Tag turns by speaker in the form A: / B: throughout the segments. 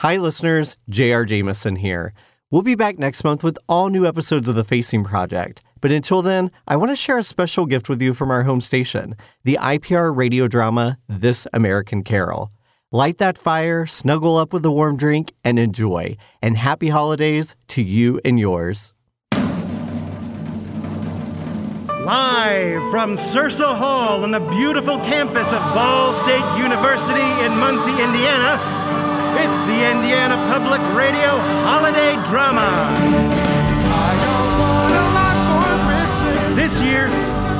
A: Hi, listeners. J.R. Jameson here. We'll be back next month with all new episodes of The Facing Project. But until then, I want to share a special gift with you from our home station the IPR radio drama This American Carol. Light that fire, snuggle up with a warm drink, and enjoy. And happy holidays to you and yours.
B: Live from Sursa Hall on the beautiful campus of Ball State University in Muncie, Indiana, it's the Indiana Public Radio Holiday Drama. This year,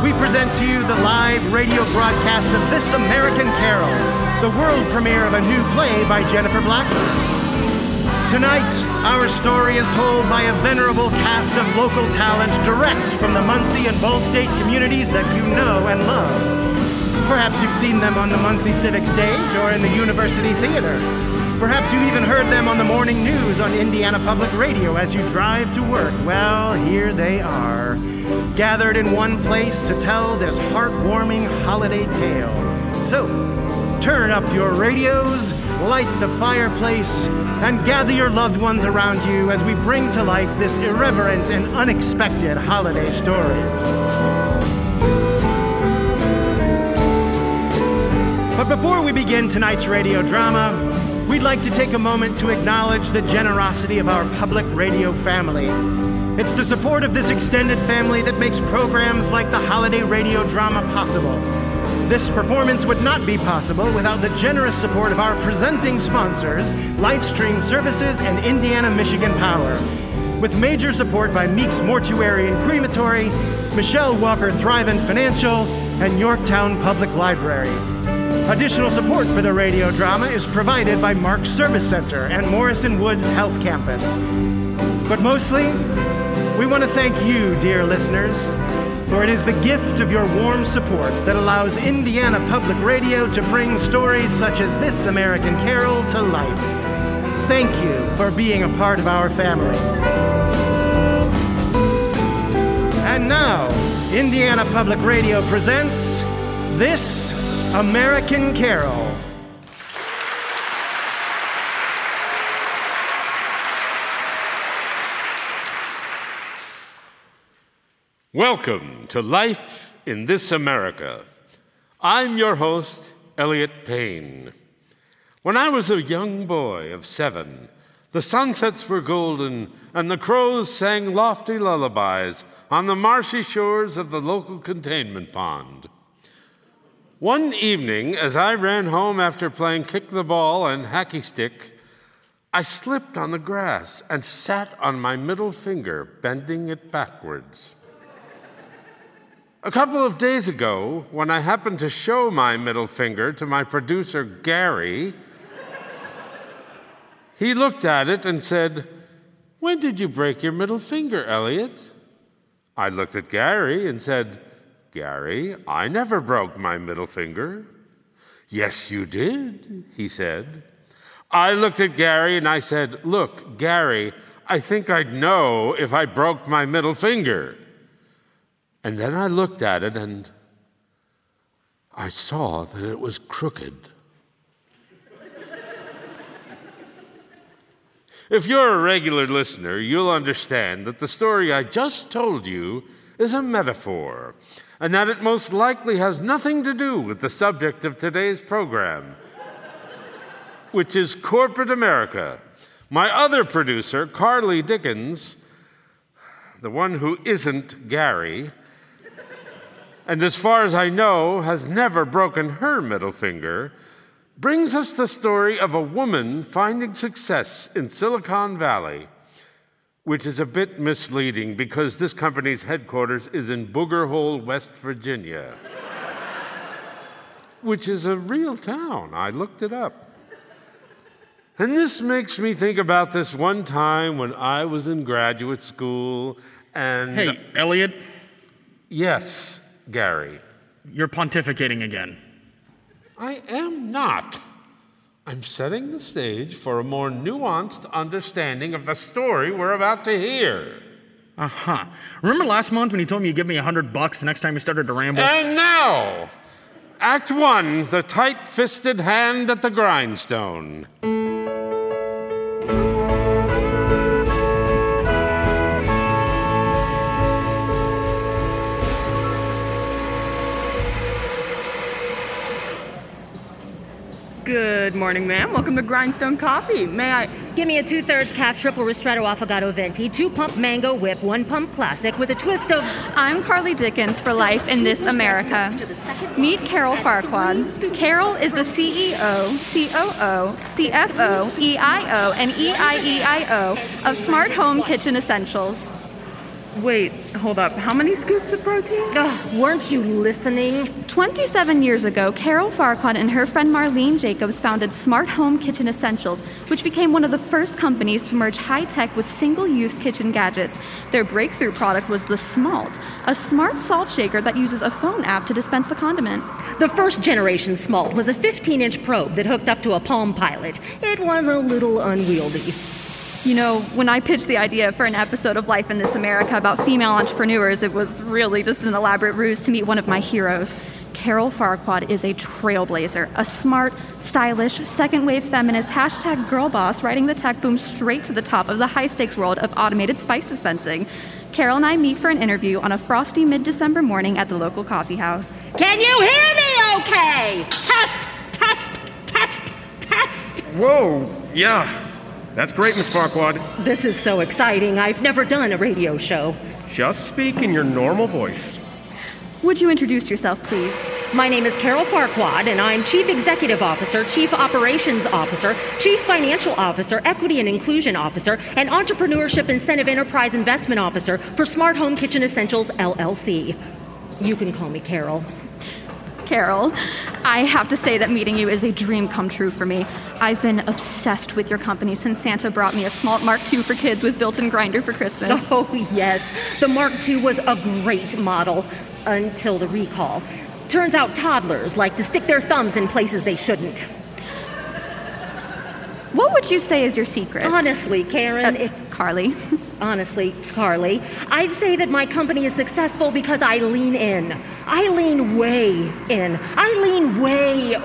B: we present to you the live radio broadcast of This American Carol, the world premiere of a new play by Jennifer Blackburn. Tonight, our story is told by a venerable cast of local talent direct from the Muncie and Ball State communities that you know and love. Perhaps you've seen them on the Muncie Civic Stage or in the University Theater. Perhaps you even heard them on the morning news on Indiana Public Radio as you drive to work. Well, here they are, gathered in one place to tell this heartwarming holiday tale. So, Turn up your radios, light the fireplace, and gather your loved ones around you as we bring to life this irreverent and unexpected holiday story. But before we begin tonight's radio drama, we'd like to take a moment to acknowledge the generosity of our public radio family. It's the support of this extended family that makes programs like the holiday radio drama possible. This performance would not be possible without the generous support of our presenting sponsors, Livestream Services and Indiana Michigan Power. With major support by Meeks Mortuary and Crematory, Michelle Walker Thrivent Financial, and Yorktown Public Library. Additional support for the radio drama is provided by Mark Service Center and Morrison Woods Health Campus. But mostly, we want to thank you, dear listeners, for it is the gift of your warm support that allows Indiana Public Radio to bring stories such as This American Carol to life. Thank you for being a part of our family. And now, Indiana Public Radio presents This American Carol.
C: Welcome to Life in This America. I'm your host, Elliot Payne. When I was a young boy of seven, the sunsets were golden and the crows sang lofty lullabies on the marshy shores of the local containment pond. One evening, as I ran home after playing kick the ball and hacky stick, I slipped on the grass and sat on my middle finger, bending it backwards. A couple of days ago, when I happened to show my middle finger to my producer, Gary, he looked at it and said, When did you break your middle finger, Elliot? I looked at Gary and said, Gary, I never broke my middle finger. Yes, you did, he said. I looked at Gary and I said, Look, Gary, I think I'd know if I broke my middle finger. And then I looked at it and I saw that it was crooked. if you're a regular listener, you'll understand that the story I just told you is a metaphor and that it most likely has nothing to do with the subject of today's program, which is corporate America. My other producer, Carly Dickens, the one who isn't Gary, and as far as I know, has never broken her middle finger, brings us the story of a woman finding success in Silicon Valley, which is a bit misleading because this company's headquarters is in Booger Hole, West Virginia, which is a real town. I looked it up. And this makes me think about this one time when I was in graduate school and.
D: Hey, Elliot,
C: Yes, Gary.
D: you're pontificating again.
C: I am not. I'm setting the stage for a more nuanced understanding of the story we're about to hear.
D: Uh huh. Remember last month when you told me you give me a hundred bucks the next time you started to ramble?
C: And now, Act One The Tight Fisted Hand at the Grindstone.
E: Good morning, ma'am. Welcome to Grindstone Coffee. May I?
F: Give me a two thirds calf triple ristretto affogato venti, two pump mango whip, one pump classic with a twist of.
G: I'm Carly Dickens for Life in This America. Meet Carol Farquad. Carol is the E CEO, COO, CFO, EIO, E and EIEIO of Smart Home Kitchen Essentials.
E: Wait, hold up. How many scoops of protein?
F: Ugh, weren't you listening?
G: 27 years ago, Carol Farquad and her friend Marlene Jacobs founded Smart Home Kitchen Essentials, which became one of the first companies to merge high tech with single use kitchen gadgets. Their breakthrough product was the Smalt, a smart salt shaker that uses a phone app to dispense the condiment.
F: The first generation Smalt was a 15 inch probe that hooked up to a Palm Pilot. It was a little unwieldy.
G: You know, when I pitched the idea for an episode of Life in This America about female entrepreneurs, it was really just an elaborate ruse to meet one of my heroes. Carol Farquad is a trailblazer, a smart, stylish, second wave feminist, hashtag girl boss, riding the tech boom straight to the top of the high stakes world of automated spice dispensing. Carol and I meet for an interview on a frosty mid December morning at the local coffee house.
F: Can you hear me okay? Test, test, test, test.
H: Whoa, yeah. That's great, Miss Farquad.
F: This is so exciting. I've never done a radio show.
H: Just speak in your normal voice.
G: Would you introduce yourself, please?
F: My name is Carol Farquad, and I'm Chief Executive Officer, Chief Operations Officer, Chief Financial Officer, Equity and Inclusion Officer, and Entrepreneurship Incentive Enterprise Investment Officer for Smart Home Kitchen Essentials LLC. You can call me Carol.
G: Carol. I have to say that meeting you is a dream come true for me. I've been obsessed with your company since Santa brought me a Smalt Mark II for kids with built-in grinder for Christmas.
F: Oh, yes. The Mark II was a great model until the recall. Turns out toddlers like to stick their thumbs in places they shouldn't.
G: What would you say is your secret?
F: Honestly,
G: Uh,
F: Karen, if
G: Carly.
F: honestly, Carly, I'd say that my company is successful because I lean in. I lean way in. I lean way,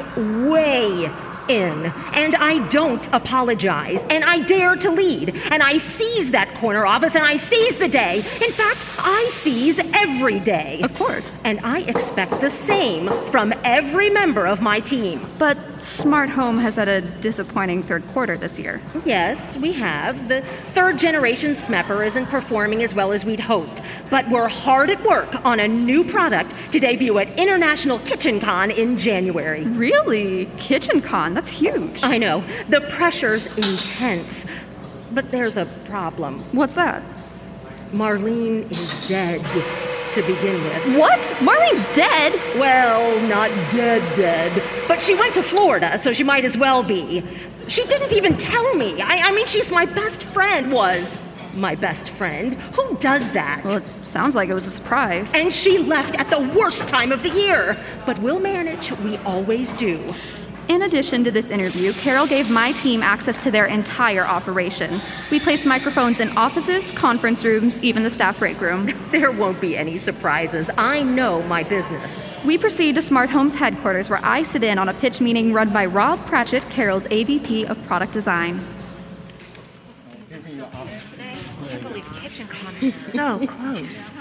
F: way in. And I don't apologize. And I dare to lead. And I seize that corner office and I seize the day. In fact, I seize every day.
G: Of course.
F: And I expect the same from every member of my team.
G: But Smart Home has had a disappointing third quarter this year.
F: Yes, we have. The third generation Smepper isn't performing as well as we'd hoped, but we're hard at work on a new product to debut at International Kitchen Con in January.
G: Really? Kitchen Con? That's huge.
F: I know, the pressure's intense, but there's a problem.
G: What's that?
F: Marlene is dead to begin with.
G: What? Marlene's dead?
F: Well, not dead, dead. But she went to Florida, so she might as well be. She didn't even tell me. I, I mean, she's my best friend, was my best friend. Who does that?
G: Well, it sounds like it was a surprise.
F: and she left at the worst time of the year. But we'll manage. We always do.
G: In addition to this interview, Carol gave my team access to their entire operation. We placed microphones in offices, conference rooms, even the staff break room.
F: There won't be any surprises. I know my business.
G: We proceed to Smart Homes headquarters, where I sit in on a pitch meeting run by Rob Pratchett, Carol's AVP of Product Design.
E: So close.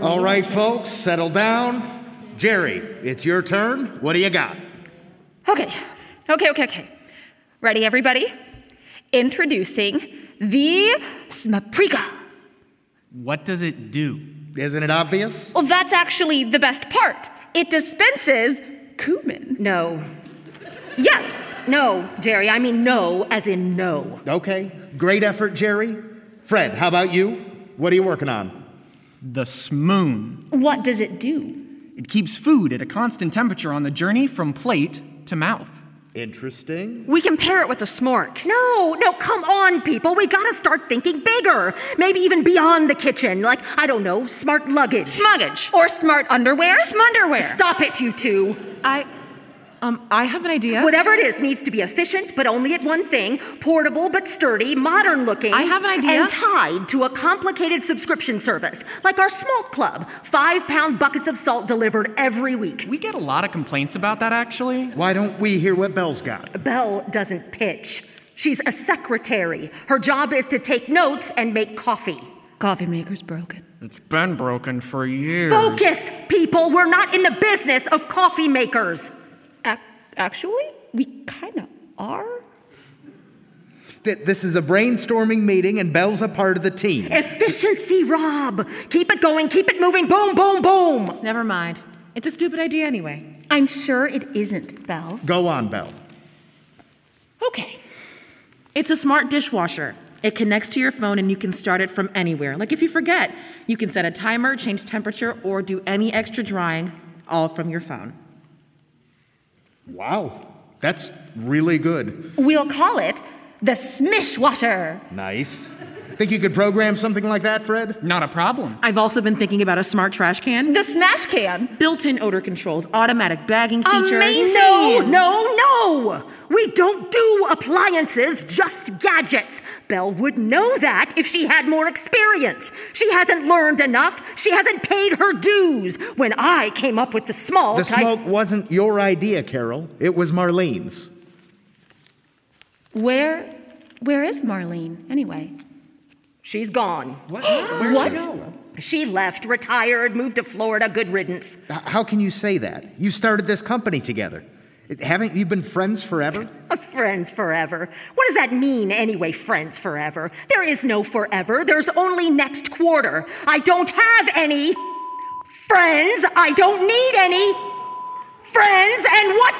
I: All right, folks, settle down. Jerry, it's your turn. What do you got?
J: Okay, okay, okay, okay. Ready, everybody? Introducing the Smaprika.
D: What does it do?
I: Isn't it obvious?
J: Well, that's actually the best part. It dispenses cumin.
F: No,
J: Yes,
F: no, Jerry. I mean, no, as in no.
I: Okay, great effort, Jerry. Fred, how about you? What are you working on?
D: The smoon.
J: what does it do?
D: It keeps food at a constant temperature on the journey from plate to mouth.
I: Interesting.
J: We can pair it with a smork.
F: No, no, come on, people. We gotta start thinking bigger. Maybe even beyond the kitchen. Like, I don't know, smart luggage.
J: Smuggage. Or smart underwear. Smunderwear.
F: Stop it, you two.
E: I, um, I have an idea.
F: Whatever it is needs to be efficient, but only at one thing, portable but sturdy, modern looking.
E: I have an idea.
F: And tied to a complicated subscription service, like our Smalt Club. Five pound buckets of salt delivered every week.
D: We get a lot of complaints about that, actually.
I: Why don't we hear what Bell's got?
F: Belle doesn't pitch. She's a secretary. Her job is to take notes and make coffee.
J: Coffee maker's broken.
D: It's been broken for years.
F: Focus, people. We're not in the business of coffee makers.
J: Ac- Actually, we kind of are.
I: Th- This is a brainstorming meeting, and Belle's a part of the team.
F: Efficiency, Rob. Keep it going, keep it moving. Boom, boom, boom.
K: Never mind. It's a stupid idea anyway.
J: I'm sure it isn't, Belle.
I: Go on, Belle.
K: Okay. It's a smart dishwasher. It connects to your phone and you can start it from anywhere. Like if you forget, you can set a timer, change temperature, or do any extra drying all from your phone.
I: Wow, that's really good.
J: We'll call it the Smish Washer.
I: Nice. Think you could program something like that, Fred?
L: Not a problem.
K: I've also been thinking about a smart trash can.
J: The Smash Can.
K: Built in odor controls, automatic bagging features.
J: Amazing.
F: No, no, Oh, no. We don't do appliances, just gadgets. Belle would know that if she had more experience. She hasn't learned enough. She hasn't paid her dues. When I came up with the small
I: The
F: type-
I: smoke wasn't your idea, Carol. It was Marlene's.
J: Where, where is Marlene anyway?
F: She's gone.
I: What?
F: What? She left, retired, moved to Florida. Good riddance.
I: H- How can you say that? You started this company together. It- Haven't you been friends forever?
F: Friends forever. What does that mean anyway, friends forever? There is no forever. There's only next quarter. I don't have any friends. I don't need any friends. And what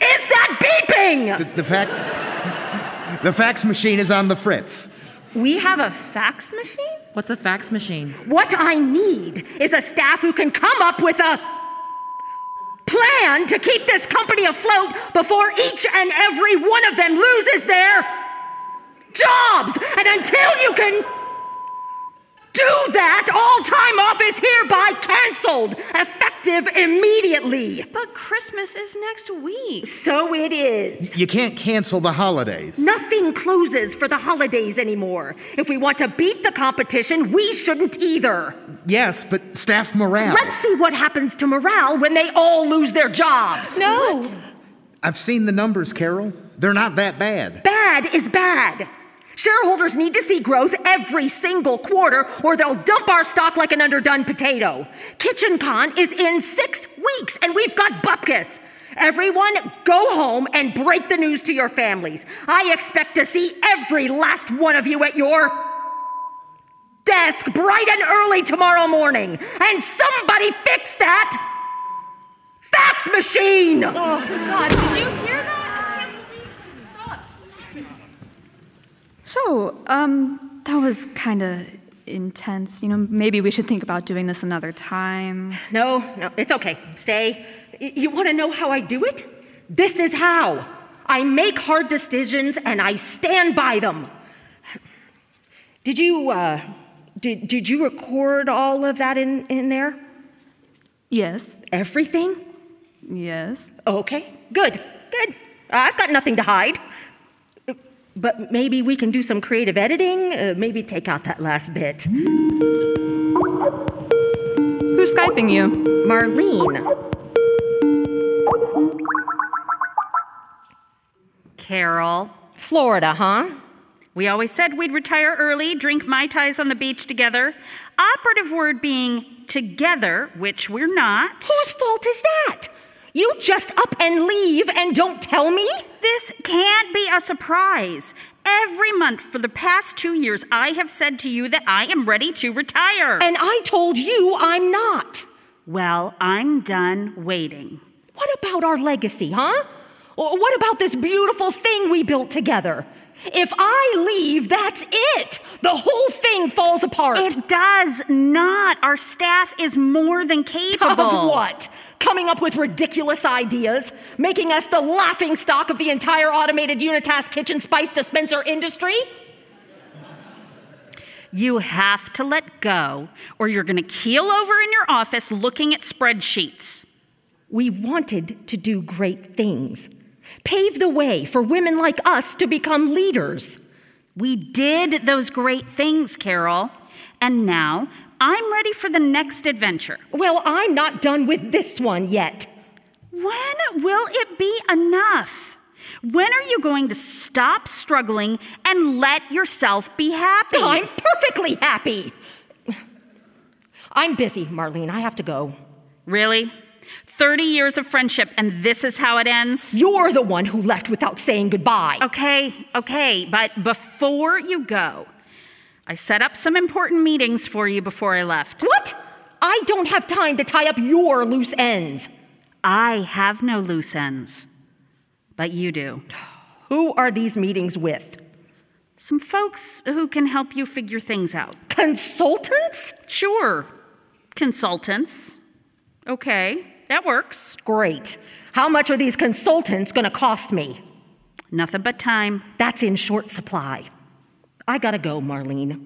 F: the is that beeping?
I: The, the fact. The fax machine is on the fritz.
J: We have a fax machine?
K: What's a fax machine?
F: What I need is a staff who can come up with a plan to keep this company afloat before each and every one of them loses their jobs. And until you can do that, all time off is hereby canceled, effective immediately.
G: But Christmas is next week.
F: So it is.
I: You can't cancel the holidays.
F: Nothing closes for the holidays anymore. If we want to beat the competition, we shouldn't either.
I: Yes, but staff morale.
F: Let's see what happens to morale when they all lose their jobs.
J: No.
I: I've seen the numbers, Carol. They're not that bad.
F: Bad is bad. Shareholders need to see growth every single quarter, or they'll dump our stock like an underdone potato. KitchenCon is in six weeks, and we've got bupkis. Everyone, go home and break the news to your families. I expect to see every last one of you at your desk bright and early tomorrow morning. And somebody fix that fax machine!
G: Oh, God, did you hear that? I can't believe I'm so upset. So, um, that was kind of intense. You know, maybe we should think about doing this another time.
F: No, no, it's okay. Stay. Y- You want to know how I do it? This is how. I make hard decisions and I stand by them. Did you uh did, did you record all of that in in there?
G: Yes,
F: Everything?
G: yes.
F: Okay. Good. Good. I've got nothing to hide. But maybe we can do some creative editing, uh, maybe take out that last bit.
G: Who's Skyping you?
F: Marlene.
E: Carol,
F: Florida, huh?
E: we always said we'd retire early, drink Mai Tais on the beach together. Operative word being together, which we're not.
F: Whose fault is that? You just up and leave and don't tell me?
E: This can't be a surprise. Every month for the past two years, I have said to you that I am ready to retire.
F: And I told you I'm not.
E: well, I'm done waiting.
F: What about our legacy, huh? Or What about this beautiful thing we built together? If I leave, that's it. The whole thing falls apart.
E: It does not. Our staff is more than capable.
F: of what? Coming up with ridiculous ideas, making us the laughing stock of the entire automated Unitask kitchen spice dispenser industry?
E: You have to let go, or you're going to keel over in your office looking at spreadsheets.
F: We wanted to do great things, pave the way for women like us to become leaders.
E: We did those great things, Carol. And now I'm ready for the next adventure.
F: Well, I'm not done with this one yet.
E: When will it be enough? When are you going to stop struggling and let yourself be happy?
F: I'm perfectly happy. I'm busy, Marlene. I have to go.
E: Really?
M: 30 years of friendship, and this is how it ends?
F: You're the one who left without saying goodbye.
M: Okay, okay, but before you go, I set up some important meetings for you before I left.
F: What? I don't have time to tie up your loose ends.
M: I have no loose ends, but you do.
F: Who are these meetings with?
M: Some folks who can help you figure things out.
F: Consultants?
M: Sure. Consultants. Okay, that works.
F: Great. How much are these consultants going to cost me?
M: Nothing but time.
F: That's in short supply. I gotta go, Marlene.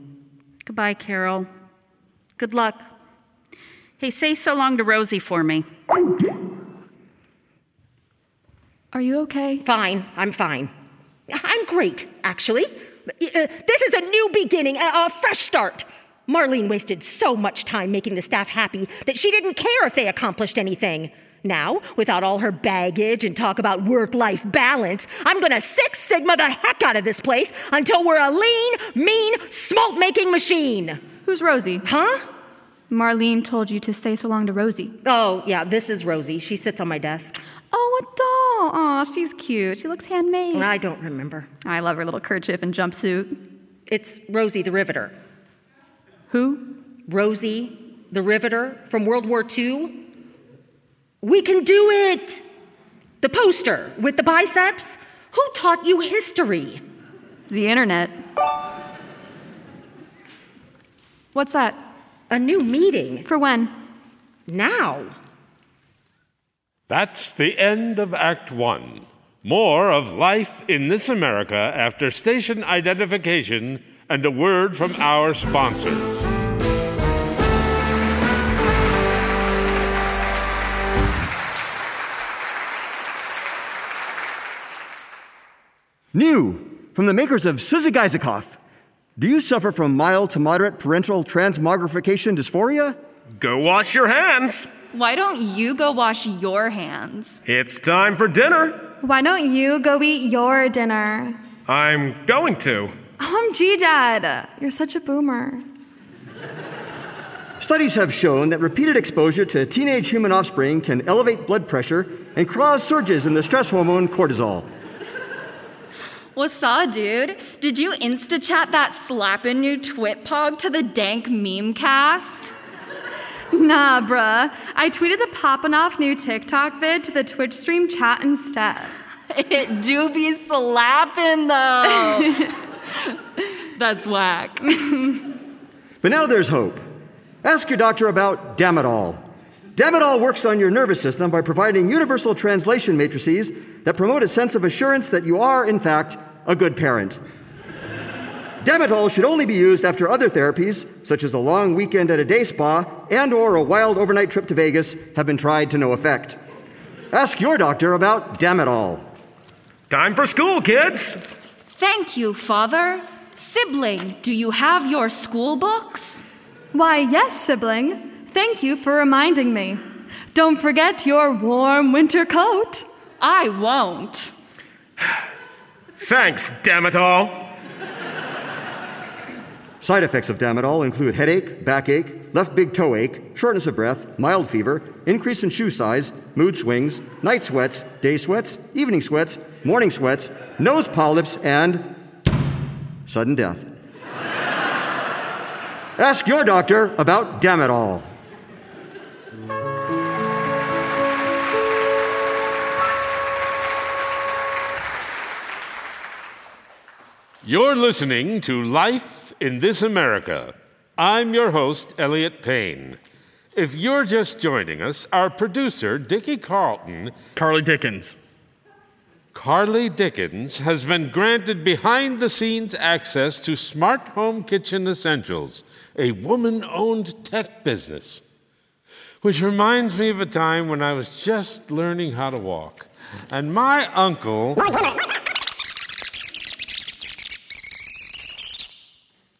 M: Goodbye, Carol. Good luck. Hey, say so long to Rosie for me.
G: Are you okay?
F: Fine, I'm fine. I'm great, actually. Uh, this is a new beginning, a, a fresh start. Marlene wasted so much time making the staff happy that she didn't care if they accomplished anything. Now, without all her baggage and talk about work life balance, I'm gonna Six Sigma the heck out of this place until we're a lean, mean, smoke making machine.
G: Who's Rosie?
F: Huh?
G: Marlene told you to say so long to Rosie.
F: Oh, yeah, this is Rosie. She sits on my desk.
G: Oh, a doll. Aw, she's cute. She looks handmade.
F: I don't remember.
G: I love her little kerchief and jumpsuit.
F: It's Rosie the Riveter.
G: Who?
F: Rosie the Riveter from World War II. We can do it! The poster with the biceps? Who taught you history?
G: The internet. What's that?
F: A new meeting.
G: For when?
F: Now.
C: That's the end of Act One. More of life in this America after station identification and a word from our sponsors.
N: New from the makers of Suzugaizikoff. Do you suffer from mild to moderate parental transmogrification dysphoria?
H: Go wash your hands.
G: Why don't you go wash your hands?
H: It's time for dinner.
O: Why don't you go eat your dinner?
H: I'm going to.
O: OMG, Dad. You're such a boomer.
N: Studies have shown that repeated exposure to teenage human offspring can elevate blood pressure and cause surges in the stress hormone cortisol.
P: What's up, dude? Did you insta chat that slappin' new twit pog to the dank meme cast?
O: Nah, bruh. I tweeted the poppin' off new TikTok vid to the Twitch stream chat instead.
P: it do be slappin' though. That's whack.
N: but now there's hope. Ask your doctor about Damodol. Damodol works on your nervous system by providing universal translation matrices that promote a sense of assurance that you are, in fact, a good parent. Damodol should only be used after other therapies, such as a long weekend at a day spa and or a wild overnight trip to Vegas, have been tried to no effect. Ask your doctor about Damodol.
H: Time for school, kids.
P: Thank you, father. Sibling, do you have your school books?
O: Why, yes, sibling. Thank you for reminding me. Don't forget your warm winter coat.
P: I won't.
H: Thanks, damn it all.
N: Side effects of Damodol include headache, backache, left big toe ache, shortness of breath, mild fever, increase in shoe size, mood swings, night sweats, day sweats, evening sweats, morning sweats, nose polyps, and sudden death. Ask your doctor about Damodol.
C: You're listening to Life in This America. I'm your host, Elliot Payne. If you're just joining us, our producer, Dickie Carlton.
Q: Carly Dickens.
C: Carly Dickens has been granted behind the scenes access to Smart Home Kitchen Essentials, a woman owned tech business. Which reminds me of a time when I was just learning how to walk, and my uncle.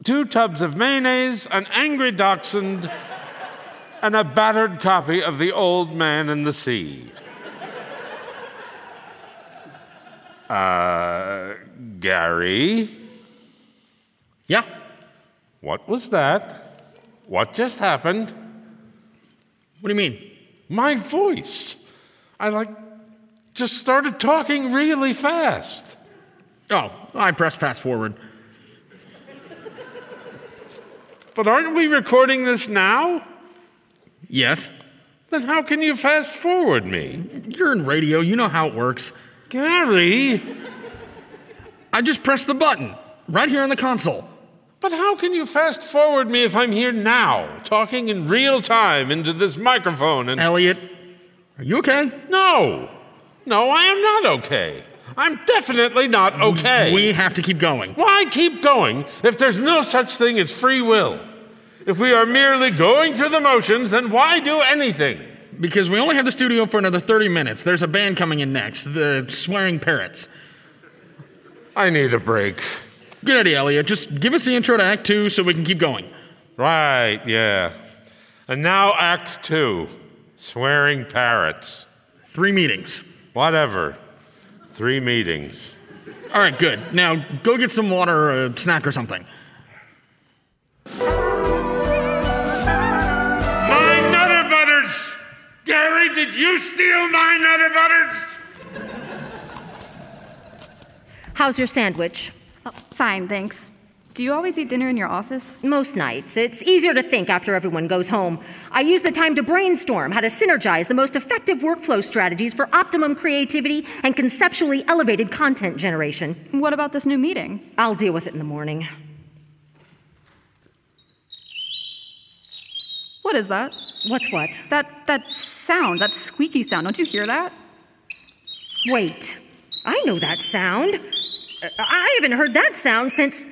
C: two tubs of mayonnaise, an angry dachshund, and a battered copy of The Old Man and the Sea. Uh, Gary?
Q: Yeah?
C: What was that? What just happened?
Q: What do you mean?
C: my voice. I like just started talking really fast.
Q: Oh, I pressed fast forward.
C: But aren't we recording this now?
Q: Yes.
C: Then how can you fast forward me?
Q: You're in radio, you know how it works.
C: Gary!
Q: I just pressed the button right here on the console.
C: But how can you fast forward me if I'm here now, talking in real time into this microphone and.
Q: Elliot, are you okay?
C: No! No, I am not okay. I'm definitely not okay.
Q: We have to keep going.
C: Why keep going if there's no such thing as free will? If we are merely going through the motions, then why do anything?
Q: Because we only have the studio for another 30 minutes. There's a band coming in next, the Swearing Parrots.
C: I need a break.
Q: Good idea, Elliot. Just give us the intro to Act Two so we can keep going.
C: Right, yeah. And now Act Two Swearing Parrots.
Q: Three meetings.
C: Whatever. Three meetings.
Q: All right, good. Now go get some water or a snack or something.
C: My Nutter Butters! Gary, did you steal my Nutter Butters?
F: How's your sandwich?
G: Oh, fine, thanks. Do you always eat dinner in your office?
F: Most nights. It's easier to think after everyone goes home. I use the time to brainstorm how to synergize the most effective workflow strategies for optimum creativity and conceptually elevated content generation.
G: What about this new meeting?
F: I'll deal with it in the morning.
G: What is that?
F: What's what?
G: That that sound, that squeaky sound. Don't you hear that?
F: Wait. I know that sound. Uh, I haven't heard that sound since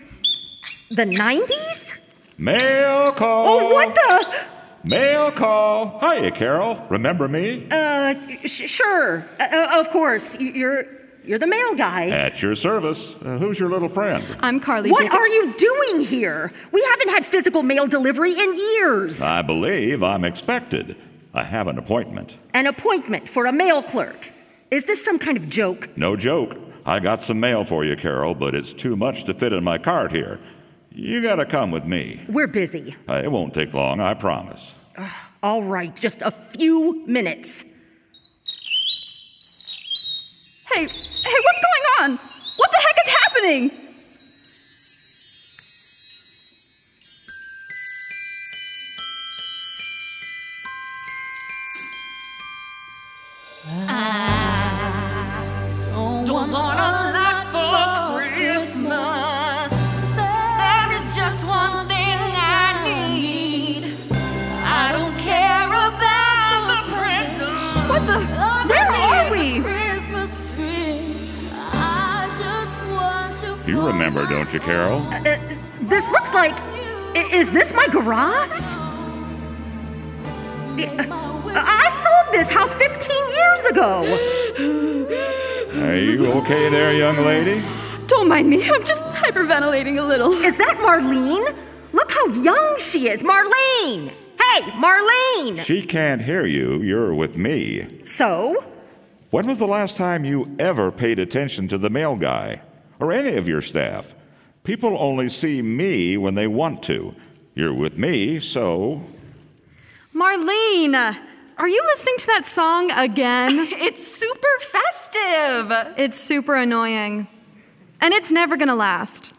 F: the 90s?
R: Mail call.
F: Oh, what the?
R: Mail call. Hiya, Carol. Remember me?
F: Uh, sh- sure. Uh, of course. You're you're the mail guy.
R: At your service. Uh, who's your little friend?
G: I'm Carly.
F: What David. are you doing here? We haven't had physical mail delivery in years.
R: I believe I'm expected. I have an appointment.
F: An appointment for a mail clerk. Is this some kind of joke?
R: No joke. I got some mail for you, Carol, but it's too much to fit in my cart here. You gotta come with me.
F: We're busy.
R: Uh, it won't take long, I promise.
F: Ugh, all right, just a few minutes.
G: Hey, hey, what's going on? What the heck is happening?
S: I don't, don't want, want a lot, lot for Christmas. There is just one thing I need. I don't care about the presents.
G: What the? Where are we?
R: You remember, don't you, Carol?
F: Uh, uh, this looks like. I- is this my garage? I sold this house 15 years ago.
R: Are you okay there, young lady?
G: Don't mind me. I'm just hyperventilating a little.
F: Is that Marlene? Look how young she is. Marlene! Hey, Marlene!
R: She can't hear you. You're with me.
F: So?
R: When was the last time you ever paid attention to the mail guy? or any of your staff. People only see me when they want to. You're with me, so.
O: Marlene, are you listening to that song again?
P: it's super festive.
O: It's super annoying. And it's never gonna last.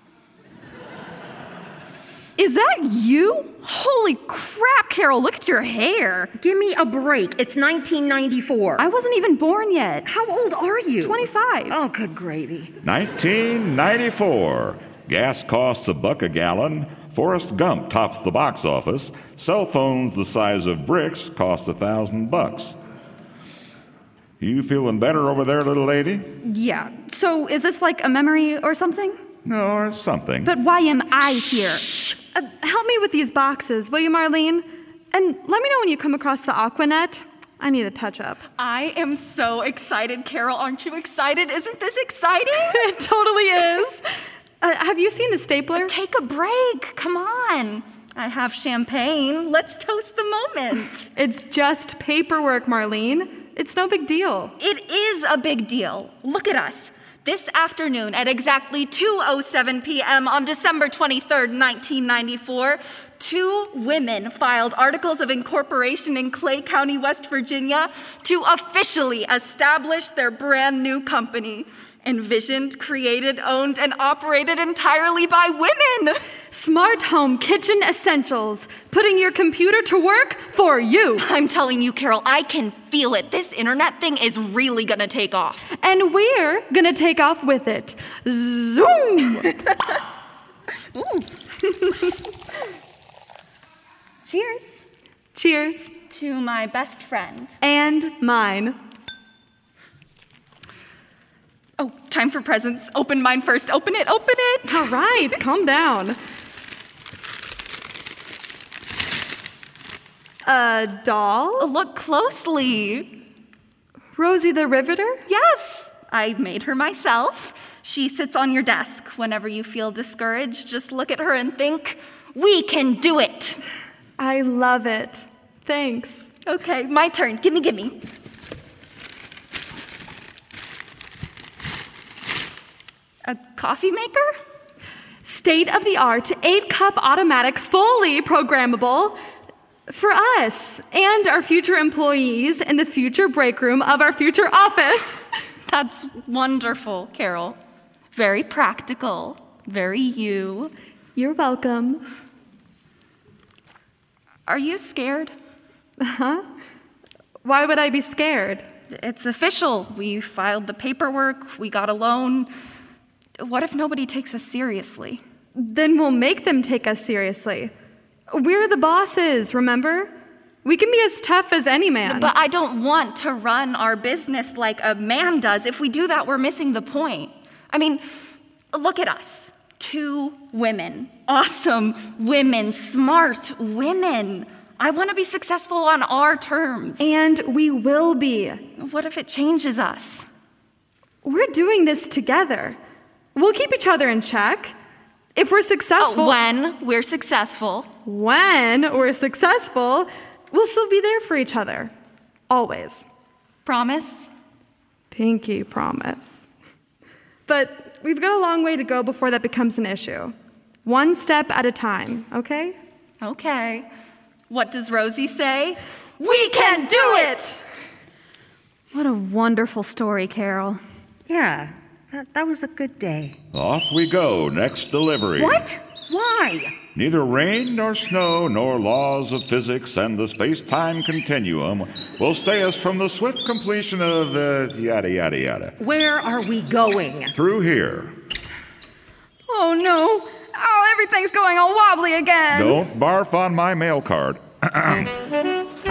G: Is that you? Holy crap, Carol, look at your hair.
F: Give me a break. It's 1994.
G: I wasn't even born yet.
F: How old are you?
G: 25.
F: Oh, good gravy.
R: 1994. Gas costs a buck a gallon. Forrest Gump tops the box office. Cell phones the size of bricks cost a thousand bucks. You feeling better over there, little lady?
G: Yeah. So, is this like a memory or something?
R: Or something.
G: But why am I here?
O: Uh, help me with these boxes, will you, Marlene? And let me know when you come across the Aquanet. I need a touch up.
P: I am so excited, Carol. Aren't you excited? Isn't this exciting?
O: it totally is. uh, have you seen the stapler?
P: Take a break. Come on. I have champagne. Let's toast the moment.
O: it's just paperwork, Marlene. It's no big deal.
P: It is a big deal. Look at us this afternoon at exactly 2:07 p.m. on December 23rd, 1994, two women filed articles of incorporation in Clay County, West Virginia, to officially establish their brand new company. Envisioned, created, owned, and operated entirely by women.
O: Smart Home Kitchen Essentials, putting your computer to work for you.
P: I'm telling you, Carol, I can feel it. This internet thing is really gonna take off.
O: And we're gonna take off with it. Zoom!
P: Cheers
O: Cheers.
P: to my best friend.
O: And mine.
P: Oh, time for presents. Open mine first. Open it, open it.
O: All right, calm down. A doll?
P: Look closely.
O: Rosie the Riveter?
P: Yes, I made her myself. She sits on your desk. Whenever you feel discouraged, just look at her and think, we can do it.
O: I love it. Thanks.
P: Okay, my turn. Gimme, gimme. A coffee maker?
O: State of the art, eight cup automatic, fully programmable for us and our future employees in the future break room of our future office.
P: That's wonderful, Carol. Very practical, very you.
O: You're welcome.
P: Are you scared?
O: Huh? Uh-huh. Why would I be scared?
P: It's official. We filed the paperwork, we got a loan. What if nobody takes us seriously?
O: Then we'll make them take us seriously. We're the bosses, remember? We can be as tough as any man.
P: But I don't want to run our business like a man does. If we do that, we're missing the point. I mean, look at us two women, awesome women, smart women. I want to be successful on our terms.
O: and we will be.
P: What if it changes us?
O: We're doing this together. We'll keep each other in check. If we're successful,
P: Oh, when we're successful,
O: when we're successful, we'll still be there for each other. Always.
P: promise.
O: Pinky promise. But we've got a long way to go before that becomes an issue. One step at a time, okay?
P: Okay. What does Rosie say? We can do it!
G: What a wonderful story, Carol.
K: Yeah, that, that was a good day.
R: Off we go. Next delivery.
K: What? Why?
R: Neither rain nor snow nor laws of physics and the space time continuum will stay us from the swift completion of uh, yada yada yada.
K: Where are we going?
R: Through here.
G: Oh no! Oh, everything's going all wobbly again!
R: Don't barf on my mail card.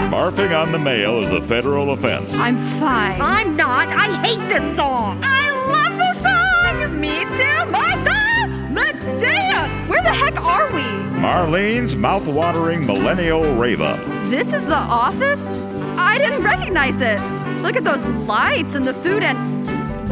R: Barfing on the mail is a federal offense.
G: I'm fine.
S: I'm not. I hate this song.
G: I love this song! Me too, Martha! Let's dance! Where the heck are we?
R: Marlene's mouth-watering millennial rave up.
G: This is the office? I didn't recognize it. Look at those lights and the food and.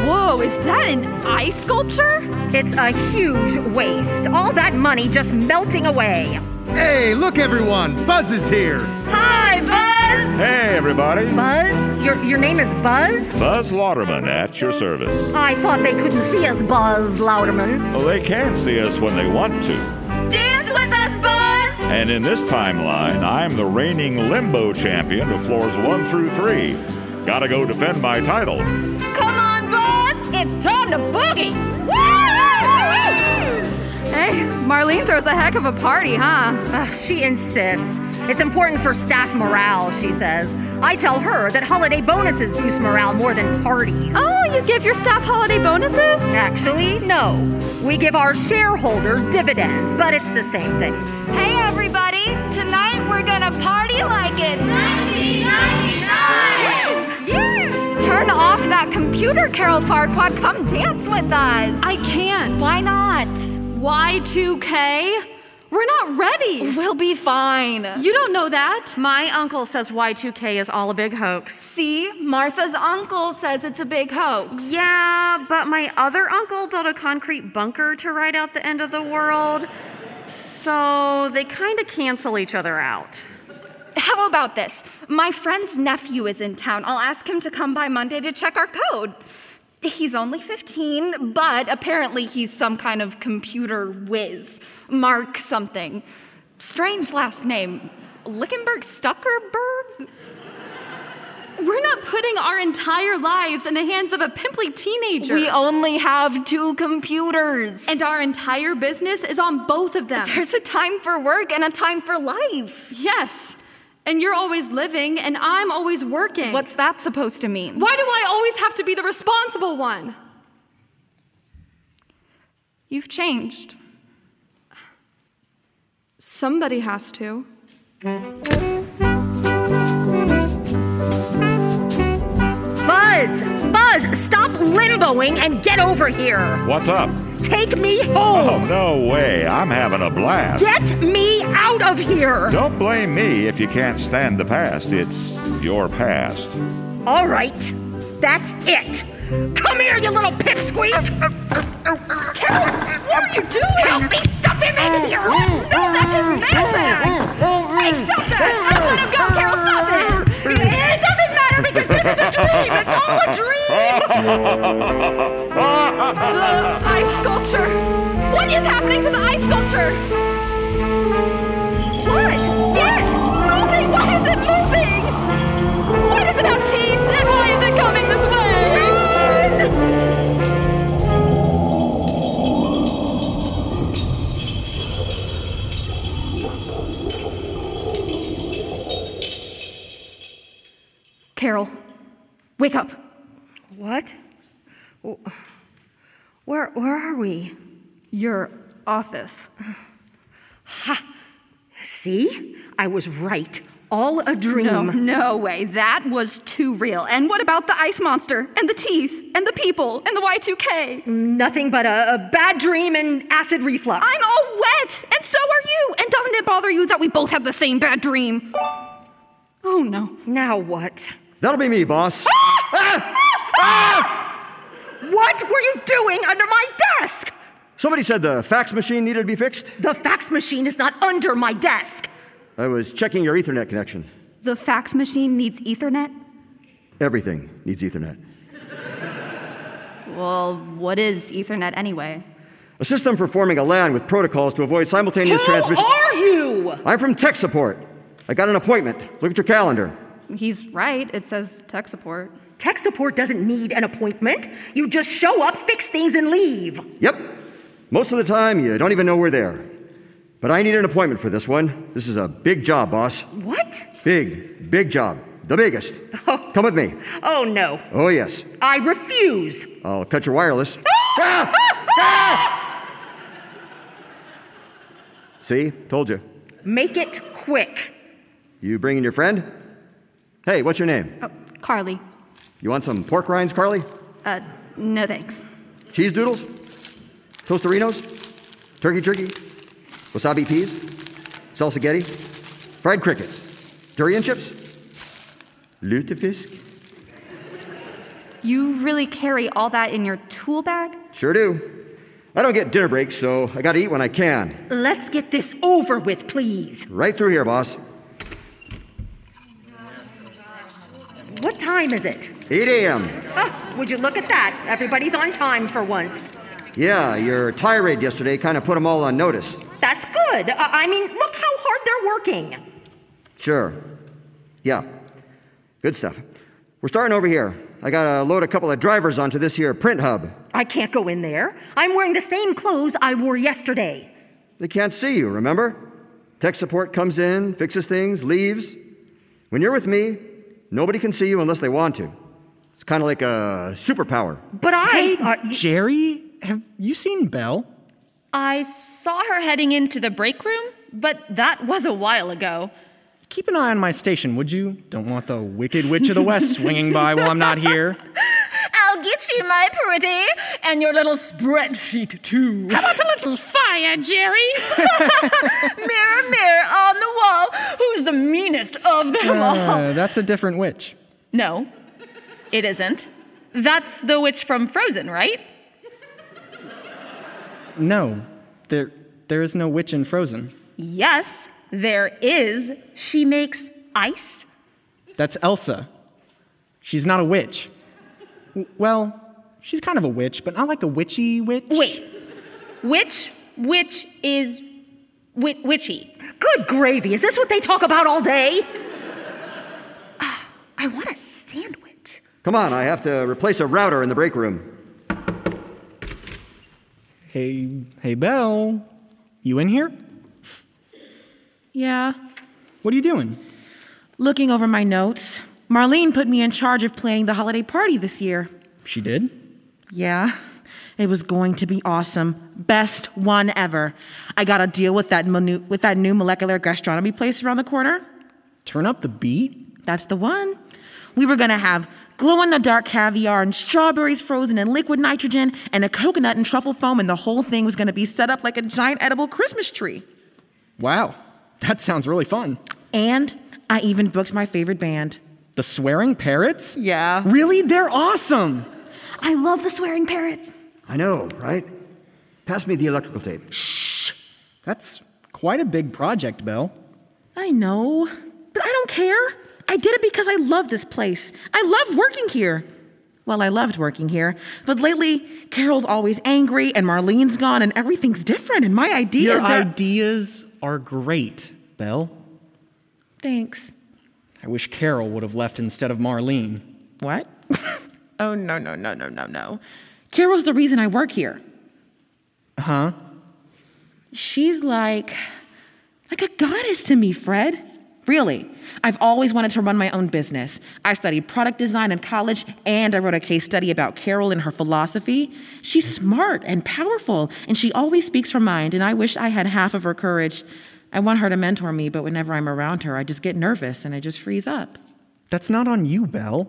G: Whoa, is that an ice sculpture?
F: It's a huge waste. All that money just melting away.
T: Hey, look everyone, Buzz is here.
G: Hi, Buzz!
R: Hey everybody,
F: Buzz? Your, your name is Buzz?
R: Buzz Lauderman at your service.
F: I thought they couldn't see us, Buzz Louderman.
R: Well, they can see us when they want to.
G: Dance with us, Buzz!
R: And in this timeline, I'm the reigning limbo champion of floors one through three. Gotta go defend my title.
G: Come on, Buzz! It's time to boogie! Woo! Hey, Marlene throws a heck of a party, huh?
F: Ugh, she insists. It's important for staff morale, she says. I tell her that holiday bonuses boost morale more than parties.
G: Oh, you give your staff holiday bonuses?
F: Actually, no. We give our shareholders dividends, but it's the same thing.
S: Hey, everybody. Tonight we're gonna party like it's 1999.
P: Turn off that computer, Carol Farquad. Come dance with us.
O: I can't.
P: Why not?
O: Y2K? We're not ready.
P: We'll be fine.
O: You don't know that.
U: My uncle says Y2K is all a big hoax.
P: See, Martha's uncle says it's a big hoax.
U: Yeah, but my other uncle built a concrete bunker to ride out the end of the world. So they kind of cancel each other out.
P: How about this? My friend's nephew is in town. I'll ask him to come by Monday to check our code. He's only 15, but apparently he's some kind of computer whiz. Mark something. Strange last name. Lickenberg Stuckerberg?
O: We're not putting our entire lives in the hands of a pimply teenager.
P: We only have two computers.
O: And our entire business is on both of them.
P: There's a time for work and a time for life.
O: Yes. And you're always living, and I'm always working.
P: What's that supposed to mean?
O: Why do I always have to be the responsible one?
P: You've changed.
O: Somebody has to.
F: Buzz! Buzz, stop limboing and get over here!
R: What's up?
F: Take me home!
R: Oh, no way. I'm having a blast.
F: Get me out of here!
R: Don't blame me if you can't stand the past. It's your past.
F: All right, that's it! Come here, you little pipsqueak! Carol, what are you doing? Help me stuff him in here!
S: No, that's his mailbag! Hey, stop that! Don't let him go, Carol! Stop it! It doesn't matter because this is a dream! It's all a dream!
O: The ice sculpture! What is happening to the ice sculpture?
S: What? Yes! Moving! Why is it moving? Why does it have teeth? And why is it coming this way?
G: Carol, wake up.
U: What? Wh- Where, where are we?
G: Your office.
F: See? I was right. All a dream.
G: No, no way. That was too real. And what about the ice monster and the teeth and the people and the Y2K?
F: Nothing but a, a bad dream and acid reflux.
G: I'm all wet, and so are you. And doesn't it bother you that we both had the same bad dream? Oh no.
F: Now what?
N: That'll be me, boss.
F: What were you doing under my desk?
N: Somebody said the fax machine needed to be fixed.
F: The fax machine is not under my desk.
N: I was checking your Ethernet connection.
G: The fax machine needs Ethernet?
N: Everything needs Ethernet.
G: Well, what is Ethernet anyway?
N: A system for forming a LAN with protocols to avoid simultaneous
F: Who
N: transmission.
F: are you?
N: I'm from tech support. I got an appointment. Look at your calendar.
G: He's right. It says tech support.
F: Tech support doesn't need an appointment. You just show up, fix things, and leave.
N: Yep. Most of the time, you don't even know we're there. But I need an appointment for this one. This is a big job, boss.
F: What?
N: Big, big job. The biggest. Come with me.
F: Oh no.
N: Oh, yes.
F: I refuse.
N: I'll cut your wireless. See? Told you.
F: Make it quick.
N: You bringing your friend? Hey, what's your name?
G: Carly.
N: You want some pork rinds, Carly?
G: Uh, no thanks.
N: Cheese doodles? Tostarinos? Turkey turkey? Wasabi peas? Salsa Getty? Fried crickets? Durian chips? Lutefisk?
G: You really carry all that in your tool bag?
N: Sure do. I don't get dinner breaks, so I gotta eat when I can.
F: Let's get this over with, please.
N: Right through here, boss.
F: What time is it?
N: 8 a.m.
F: Oh, would you look at that? Everybody's on time for once.
N: Yeah, your tirade yesterday kind of put them all on notice.
F: That's good. Uh, I mean, look how hard they're working.
N: Sure. Yeah. Good stuff. We're starting over here. I gotta load a couple of drivers onto this here print hub.
F: I can't go in there. I'm wearing the same clothes I wore yesterday.
N: They can't see you, remember? Tech support comes in, fixes things, leaves. When you're with me, nobody can see you unless they want to. It's kind of like a superpower.
F: But I.
D: Hey,
F: uh,
D: Jerry, have you seen Belle?
J: I saw her heading into the break room, but that was a while ago.
D: Keep an eye on my station, would you? Don't want the Wicked Witch of the West swinging by while I'm not here.
S: I'll get you, my pretty, and your little spreadsheet, too.
J: How about a little fire, Jerry?
S: mirror, mirror on the wall, who's the meanest of them all?
D: Uh, that's a different witch.
J: No, it isn't. That's the witch from Frozen, right?
D: No, there, there is no witch in Frozen.
J: Yes, there is. She makes ice.
D: That's Elsa. She's not a witch. W- Well, She's kind of a witch, but not like a witchy witch.
J: Wait. Which witch is wi- witchy?
F: Good gravy, is this what they talk about all day?
J: I want a sandwich.
N: Come on, I have to replace a router in the break room.
D: Hey, hey, Belle. You in here?
K: Yeah.
D: What are you doing?
K: Looking over my notes, Marlene put me in charge of planning the holiday party this year.
D: She did?
K: Yeah. It was going to be awesome. Best one ever. I got a deal with that, menu- with that new molecular gastronomy place around the corner.
D: Turn up the beat?
K: That's the one. We were going to have glow in the dark caviar and strawberries frozen in liquid nitrogen and a coconut and truffle foam, and the whole thing was going to be set up like a giant edible Christmas tree.
D: Wow. That sounds really fun.
K: And I even booked my favorite band.
D: The Swearing Parrots?
K: Yeah.
D: Really? They're awesome.
M: I love the swearing parrots.
N: I know, right? Pass me the electrical tape.
D: That's quite a big project, Belle.
K: I know, but I don't care. I did it because I love this place. I love working here. Well, I loved working here, but lately Carol's always angry and Marlene's gone and everything's different and my ideas
D: Your
K: they're-
D: ideas are great, Belle.
K: Thanks.
D: I wish Carol would have left instead of Marlene.
K: What? oh no, no, no, no, no, no. Carol's the reason I work here.
D: Huh?
K: She's like like a goddess to me, Fred. Really. I've always wanted to run my own business. I studied product design in college and I wrote a case study about Carol and her philosophy. She's smart and powerful and she always speaks her mind and I wish I had half of her courage. I want her to mentor me, but whenever I'm around her, I just get nervous and I just freeze up.
D: That's not on you, Belle.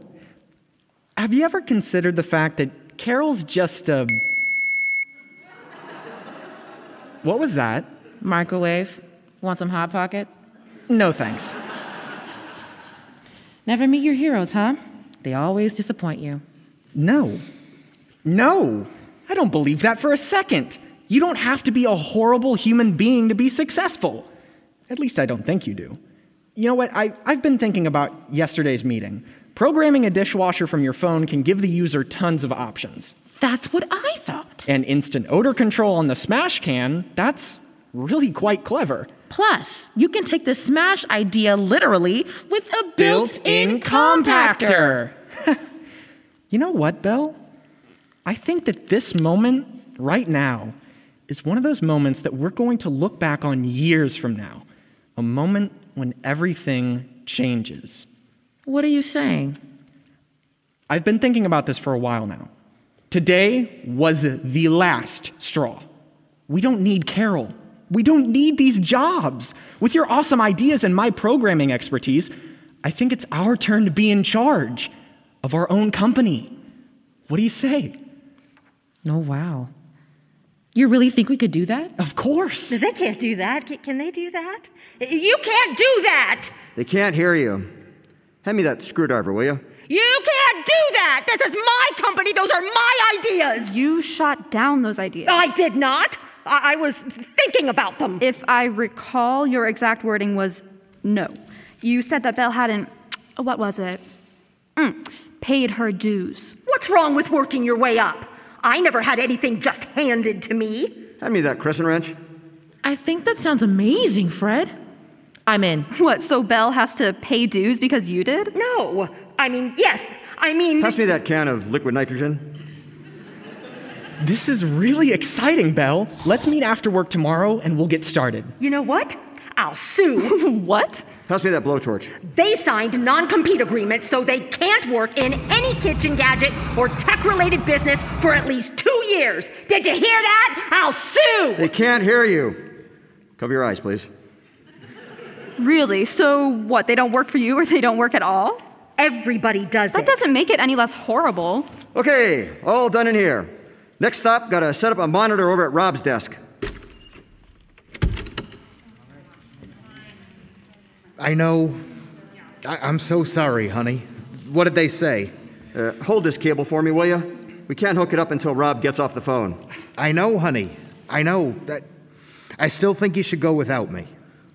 D: Have you ever considered the fact that Carol's just a. What was that?
K: Microwave? Want some Hot Pocket?
D: No thanks.
K: Never meet your heroes, huh? They always disappoint you.
D: No. No. I don't believe that for a second. You don't have to be a horrible human being to be successful. At least I don't think you do. You know what? I, I've been thinking about yesterday's meeting. Programming a dishwasher from your phone can give the user tons of options.
K: That's what I thought.
D: And instant odor control on the smash can, that's really quite clever.
K: Plus, you can take the smash idea literally with a built-in, compactor.
D: you know what, Belle? I think that this moment right now is one of those moments that we're going to look back on years from now. A moment when everything changes.
K: What are you saying?
D: I've been thinking about this for a while now. Today was the last straw. We don't need Carol. We don't need these jobs. With your awesome ideas and my programming expertise, I think it's our turn to be in charge of our own company. What do you say?
K: Oh, wow. You really think we could do that?
D: Of course.
F: They can't do that. Can- Can they do that? You can't do that!
N: They can't hear you. Hand me that screwdriver, will you?
F: You can't do that! This is my company. Those are my ideas.
O: You shot down those ideas.
F: I did not. I, I was thinking about them.
G: If I recall, your exact wording was no. You said that Belle hadn't, what was it? Mm, paid her dues.
F: What's wrong with working your way up? I never had anything just handed to me.
N: Hand me that crescent wrench.
K: I think that sounds amazing, Fred. I'm in.
G: What, so Belle has to pay dues because you did?
F: No. I mean, yes. I mean,
N: Pass me that can of liquid nitrogen.
D: This is really exciting, Belle. Let's meet after work tomorrow and we'll get started.
F: you know what? I'll sue.
G: what?
N: Pass me that blowtorch.
F: They signed non compete agreements, so they can't work in any kitchen gadget or tech related business for at least two years. Did you hear that? I'll sue!
N: They can't hear you. Cover your eyes, please.
G: Really? So what? They don't work for you or they don't work at all?
F: Everybody does
G: That
F: it.
G: doesn't make it any less horrible.
N: Okay, all done in here. Next stop, gotta set up a monitor over at Rob's desk.
I: I know. I- I'm so sorry, honey. What did they say?
N: Uh, hold this cable for me, will you? We can't hook it up until Rob gets off the phone.
I: I know, honey. I know that. I still think you should go without me.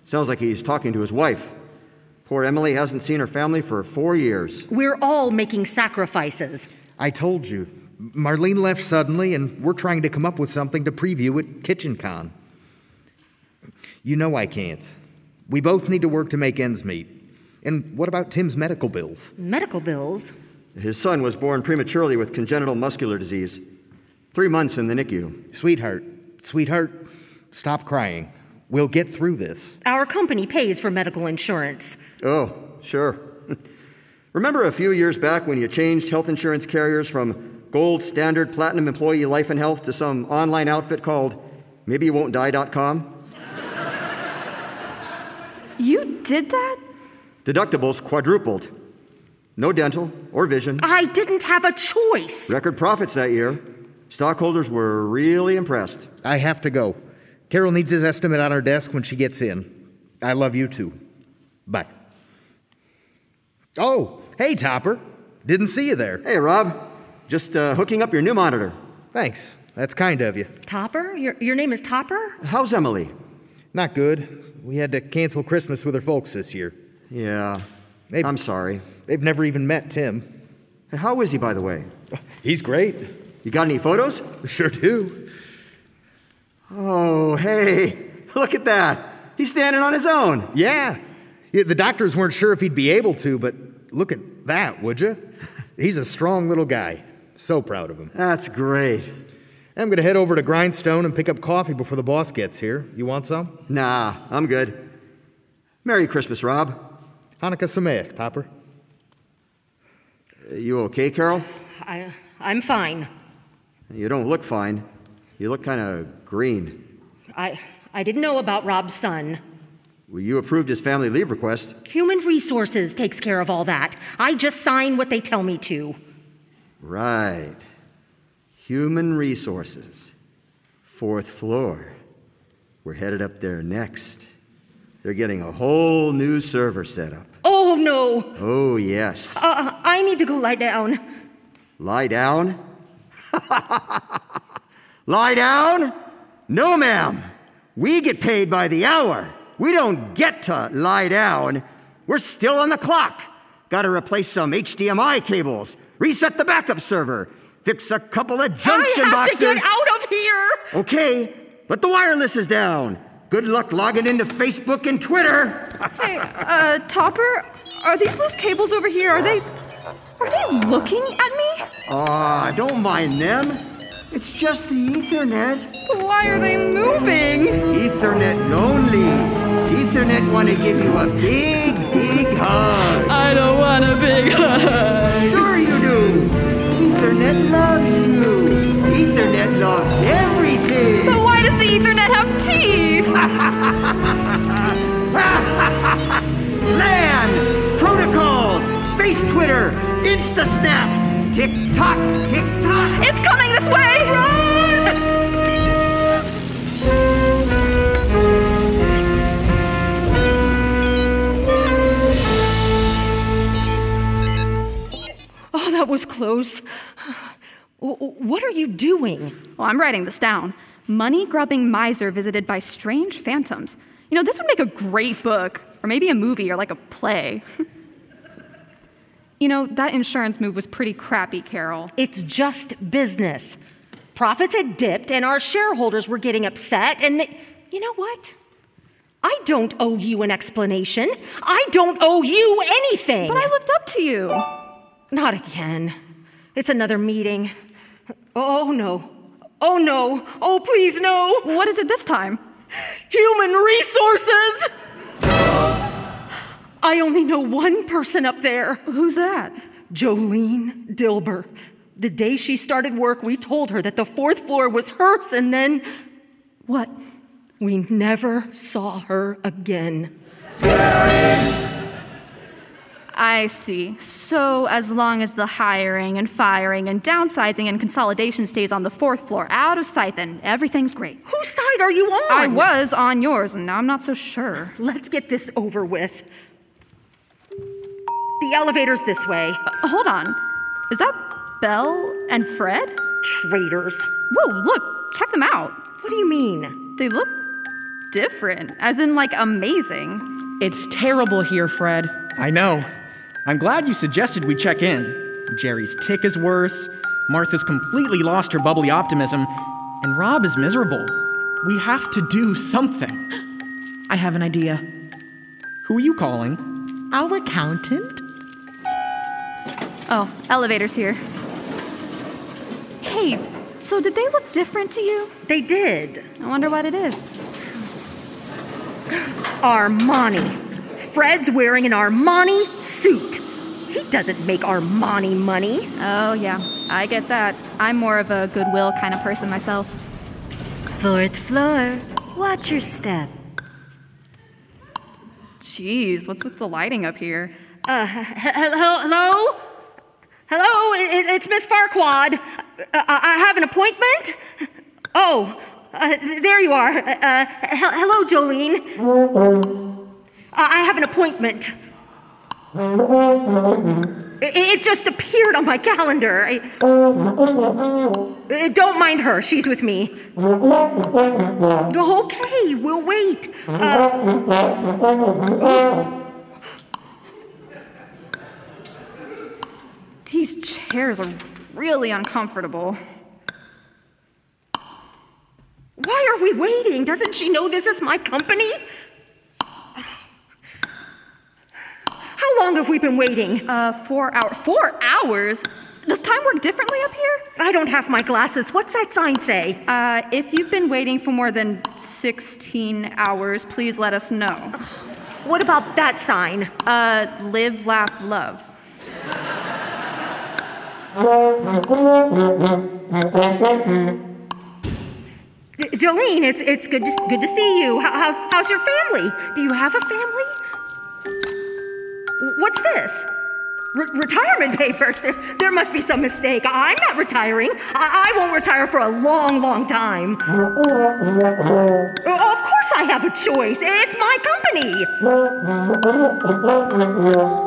N: Sounds like he's talking to his wife. Poor Emily hasn't seen her family for four years.
F: We're all making sacrifices.
I: I told you. Marlene left suddenly, and we're trying to come up with something to preview at KitchenCon. You know I can't. We both need to work to make ends meet. And what about Tim's medical bills?
F: Medical bills?
N: His son was born prematurely with congenital muscular disease. Three months in the NICU.
I: Sweetheart, sweetheart, stop crying. We'll get through this.
F: Our company pays for medical insurance.
N: Oh, sure. Remember a few years back when you changed health insurance carriers from gold standard platinum employee life and health to some online outfit called maybeyouwon'tdie.com?
O: You did that?
N: Deductibles quadrupled. No dental or vision.
F: I didn't have a choice.
N: Record profits that year. Stockholders were really impressed.
I: I have to go. Carol needs his estimate on her desk when she gets in. I love you too. Bye. Oh, hey, Topper. Didn't see you there.
N: Hey, Rob. Just uh, hooking up your new monitor.
I: Thanks. That's kind of you.
F: Topper? Your, your name is Topper?
N: How's Emily?
I: Not good. We had to cancel Christmas with her folks this year.
N: Yeah.
I: They've-
N: I'm sorry.
I: They've never even met Tim.
N: How is he, by the way?
I: He's great.
N: You got any photos?
I: Sure do.
N: Oh, hey. Look at that. He's standing on his own.
I: Yeah. Yeah, The doctors weren't sure if he'd be able to, but look at that, would you? He's a strong little guy. So proud of him.
N: That's great.
I: I'm going to head over to Grindstone and pick up coffee before the boss gets here. You want some?
N: Nah, I'm good. Merry Christmas, Rob.
I: Hanukkah Sameach, Topper.
N: You okay, Carol?
F: I, I'm fine.
N: You don't look fine. You look kind of green.
F: I, I didn't know about Rob's son.
N: Well, you approved his family leave request.
F: Human Resources takes care of all that. I just sign what they tell me to.
N: Right. Human resources. Fourth floor. We're headed up there next. They're getting a whole new server set up.
F: Oh no!
N: Oh, yes.
F: Uh, I need to go lie down.
N: Lie down. Lie down? No, ma'am. We get paid by the hour. We don't get to lie down. We're still on the clock. Got to replace some HDMI cables, reset the backup server, fix a couple of junction
S: I have
N: boxes.
S: to get out of here.
N: Okay, but the wireless is down. Good luck logging into Facebook and Twitter.
O: Hey, uh, Topper, are these loose cables over here? Are they. Are they looking at me?
N: Ah, don't mind them. It's just the Ethernet.
O: Why are they moving?
N: Ethernet lonely. Ethernet want to give you a big, big hug.
S: I don't want a big hug.
N: Sure you do. Ethernet loves you. Ethernet loves everything.
O: But why does the Ethernet have teeth?
N: LAN, protocols, face Twitter, InstaSnap, tick tock, tick tock.
O: it's coming this way! Run!
G: Oh, that was close. What are you doing? Well, Oh, I'm writing this down. Money grubbing miser visited by strange phantoms. You know, this would make a great book, or maybe a movie, or like a play. you know, that insurance move was pretty crappy, Carol.
F: It's just business. Profits had dipped, and our shareholders were getting upset, and they, you know what? I don't owe you an explanation. I don't owe you anything.
O: But I looked up to you.
F: Not again. It's another meeting. Oh no. Oh no. Oh, please, no.
O: What is it this time?
F: Human resources! I only know one person up there.
O: Who's that?
F: Jolene Dilber. The day she started work, we told her that the fourth floor was hers, and then what? We never saw her again.
G: I see. So, as long as the hiring and firing and downsizing and consolidation stays on the fourth floor, out of sight, then everything's great.
F: Whose side are you on?
G: I was on yours, and now I'm not so sure.
F: Let's get this over with. The elevator's this way.
G: Uh, hold on. Is that Belle and Fred?
F: Traitors.
G: Whoa, look, check them out.
F: What do you mean?
G: They look different, as in, like, amazing.
K: It's terrible here, Fred.
D: I know. I'm glad you suggested we check in. Jerry's tick is worse. Martha's completely lost her bubbly optimism, and Rob is miserable. We have to do something.
K: I have an idea.
D: Who are you calling?
K: Our accountant?
G: Oh, elevator's here.
O: Hey, so did they look different to you?
F: They did.
O: I wonder what it is.
F: Armani. Fred's wearing an Armani suit. He doesn't make Armani money.
G: Oh, yeah, I get that. I'm more of a goodwill kind of person myself.
M: Fourth floor. Watch your step.
G: Jeez, what's with the lighting up here?
F: Uh, he- he- hello? Hello? I- I- Oh, it's Miss Farquad. I-, I have an appointment? Oh, uh, th- there you are. Uh, he- hello, Jolene. I-, I have an appointment. It-, it just appeared on my calendar. I- Uh, don't mind her, she's with me. Okay, we'll wait. Uh,
G: These chairs are really uncomfortable.
F: Why are we waiting? Doesn't she know this is my company? How long have we been waiting?
G: Uh, four hours. Four hours? Does time work differently up here?
F: I don't have my glasses. What's that sign say?
G: Uh, if you've been waiting for more than 16 hours, please let us know.
F: What about that sign?
G: Uh, live, laugh, love.
F: J- Jolene, it's it's good to, good to see you. How, how, how's your family? Do you have a family? What's this? Re- retirement papers. There, there must be some mistake. I'm not retiring. I, I won't retire for a long, long time. Oh, of course I have a choice. It's my company.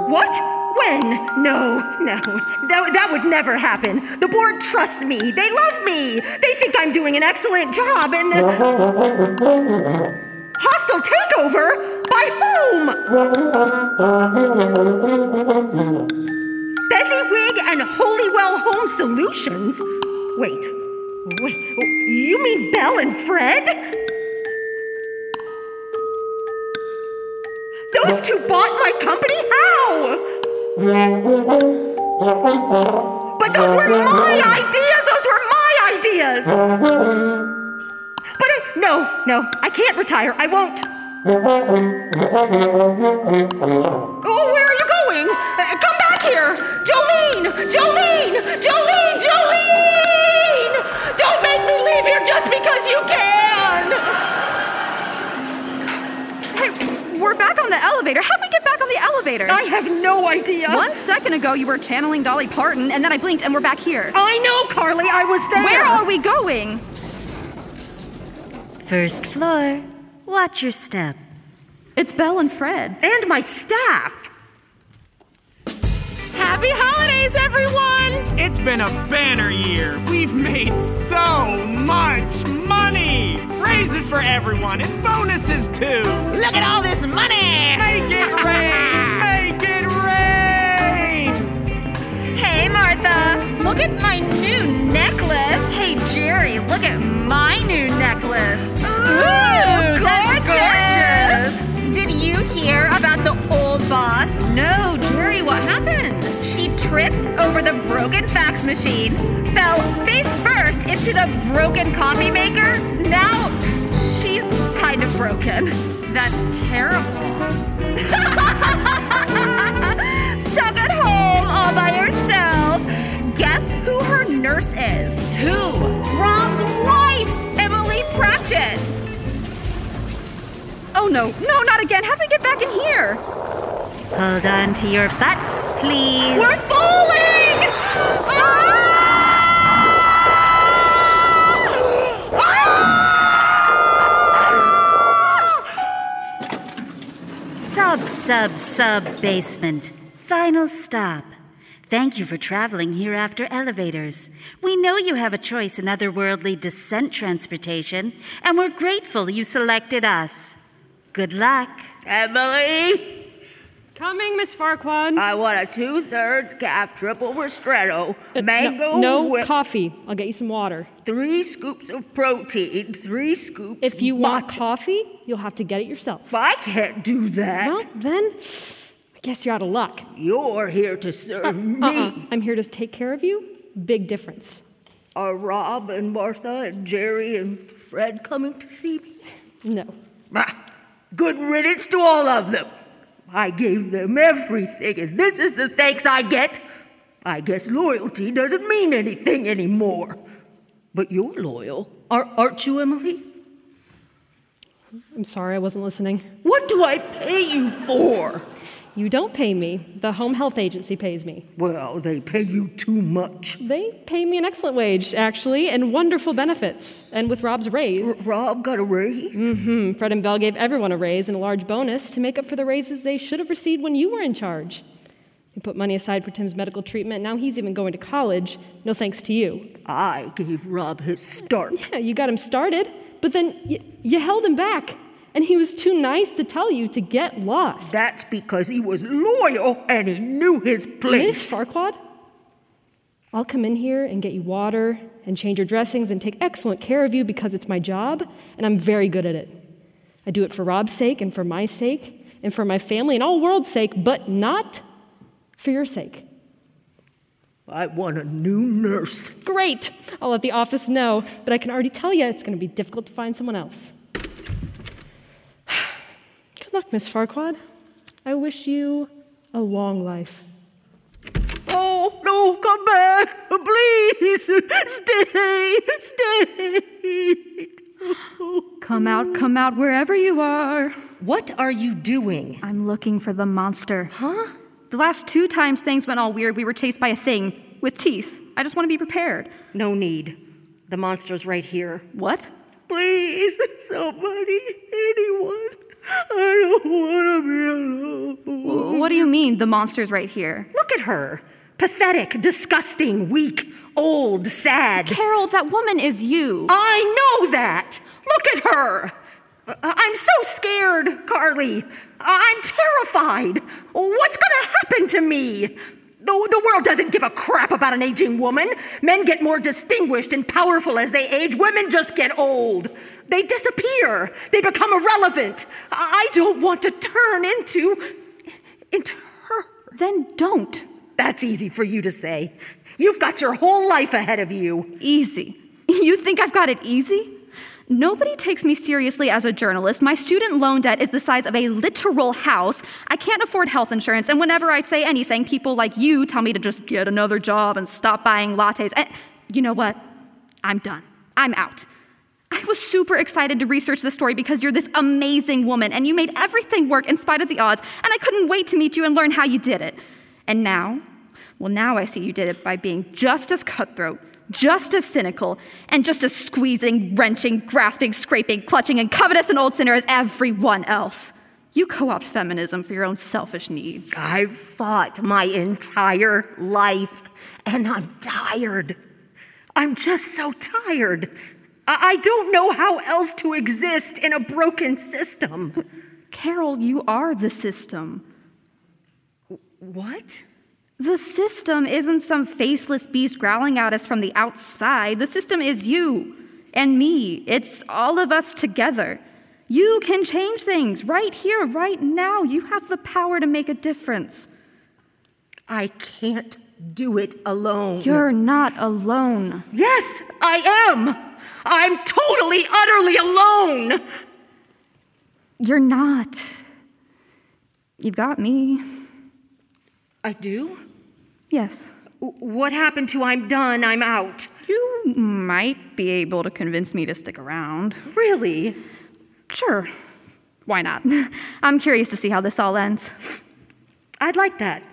F: What? When? No, no. That, that would never happen. The board trusts me. They love me. They think I'm doing an excellent job and. Hostile takeover? By whom? Fezziwig and Holywell Home Solutions? Wait, wait, you mean Belle and Fred? Those two bought my company? How? But those were my ideas! Those were my ideas! But I, no, no, I can't retire. I won't. Oh, where are you going? Uh, come back here! Jolene! Jolene! Jolene! Jolene! Don't make me leave here just because you can!
G: Hey, we're back on the elevator. How'd we get back on the elevator?
F: I have no idea.
G: One second ago, you were channeling Dolly Parton, and then I blinked, and we're back here.
F: I know, Carly, I was there!
G: Where are we going?
M: First floor. Watch your step.
G: It's Belle and Fred.
F: And my staff.
K: Happy holidays, everyone!
B: It's been a banner year. We've made so much money. Raises for everyone and bonuses too.
K: Look at all this money!
B: Make it rain! Make it rain!
J: Hey, Martha, look at my new necklace. Hey, Jerry, look at my new necklace. Ooh,
S: that's
J: gorgeous. Did you hear about the old boss? No, Jerry, what happened? She tripped over the broken fax machine, fell face first into the broken coffee maker. Now she's kind of broken. That's terrible. Stuck at home all by herself. Guess who her nurse is? Who? Rob's wife, Emily Pratchett.
G: Oh no, no, not again. How'd we get back in here?
M: Hold on to your butts, please.
F: We're falling! Ah!
M: Sub, sub, sub basement. Final stop. Thank you for traveling here after elevators. We know you have a choice in otherworldly descent transportation, and we're grateful you selected us. Good luck.
K: Emily!
S: Coming, Miss Farquad. I want a two-thirds calf triple ristretto, mango
V: Uh, no
S: whip,
V: coffee. I'll get you some water.
S: three scoops of protein, three scoops.
V: If you want
S: matcha.
V: coffee, you'll have to get it yourself.
S: I can't do that.
V: Well, then, I guess you're out of luck. uh-uh,
S: You're here to serve Uh,
V: Uh,
S: me.
V: I'm here to take care of you. Big difference.
S: Are Rob and Martha and Jerry and Fred coming to see me?
V: No.
S: Good riddance to all of them. I gave them everything, and this is the thanks I get. I guess loyalty doesn't mean anything anymore. But you're loyal, are- aren't you, Emily?
V: I'm sorry, I wasn't listening.
S: What do I pay you for?
V: You don't pay me. The home health agency pays me.
S: Well, they pay you too much.
V: They pay me an excellent wage, actually, and wonderful benefits. And with Rob's raise.
S: Rob got a raise?
V: Mm hmm. Fred and Bell gave everyone a raise and a large bonus to make up for the raises they should have received when you were in charge. You put money aside for Tim's medical treatment. Now he's even going to college, no thanks to you.
S: I gave Rob his start.
V: Yeah, you got him started, but then y- you held him back. And he was too nice to tell you to get lost.
S: That's because he was loyal and he knew his place.
V: Miss Farquad, I'll come in here and get you water and change your dressings and take excellent care of you because it's my job and I'm very good at it. I do it for Rob's sake and for my sake and for my family and all world's sake, but not for your sake.
S: I want a new nurse.
V: Great! I'll let the office know, but I can already tell you it's going to be difficult to find someone else. Good luck, Miss Farquad. I wish you a long life.
S: Oh, no, come back. Please. Stay. Stay.
F: Come out, come out, wherever you are.
S: What are you doing?
F: I'm looking for the monster.
G: Huh? The last two times things went all weird, we were chased by a thing with teeth. I just want to be prepared.
F: No need. The monster's right here.
G: What?
S: Please, somebody, anyone. I don't want to be alone.
G: W- What do you mean the monster's right here?
F: Look at her. Pathetic, disgusting, weak, old, sad.
G: Carol, that woman is you.
F: I know that. Look at her. I- I'm so scared, Carly. I- I'm terrified. What's going to happen to me? The, the world doesn't give a crap about an aging woman. Men get more distinguished and powerful as they age. Women just get old. They disappear. They become irrelevant. I I don't want to turn into into her.
G: Then don't.
F: That's easy for you to say. You've got your whole life ahead of you.
G: Easy. You think I've got it easy? Nobody takes me seriously as a journalist. My student loan debt is the size of a literal house. I can't afford health insurance, and whenever I say anything, people like you tell me to just get another job and stop buying lattes. And you know what? I'm done. I'm out. I was super excited to research this story because you're this amazing woman and you made everything work in spite of the odds, and I couldn't wait to meet you and learn how you did it. And now, well, now I see you did it by being just as cutthroat, just as cynical, and just as squeezing, wrenching, grasping, scraping, clutching, and covetous an old sinner as everyone else. You co opt feminism for your own selfish needs.
F: I've fought my entire life, and I'm tired. I'm just so tired. I, I don't know how else to exist in a broken system.
G: Carol, you are the system.
F: What?
G: The system isn't some faceless beast growling at us from the outside. The system is you and me. It's all of us together. You can change things right here, right now. You have the power to make a difference.
F: I can't do it alone.
G: You're not alone.
F: Yes, I am. I'm totally, utterly alone.
G: You're not. You've got me.
F: I do?
G: Yes.
F: W- What happened to I'm done, I'm out?
G: You might be able to convince me to stick around.
F: Really?
G: Sure. Why not? I'm curious to see how this all ends.
F: I'd like that.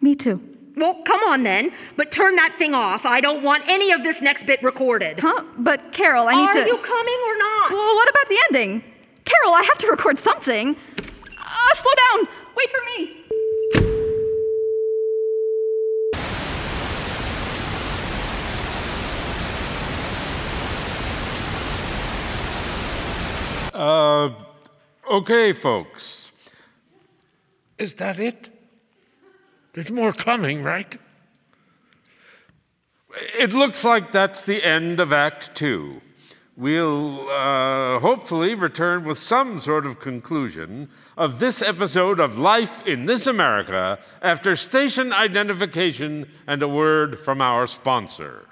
G: Me too.
F: Well, come on then, but turn that thing off. I don't want any of this next bit recorded.
G: Huh? But Carol, I need
F: Are
G: to.
F: you coming or not?
G: Well, what about the ending? Carol, I have to record something. Uh, slow down. Wait for me.
C: Uh, okay, folks.
A: Is that it? There's more coming, right?
C: It looks like that's the end of Act Two. We'll uh, hopefully return with some sort of conclusion of this episode of Life in This America after station identification and a word from our sponsor.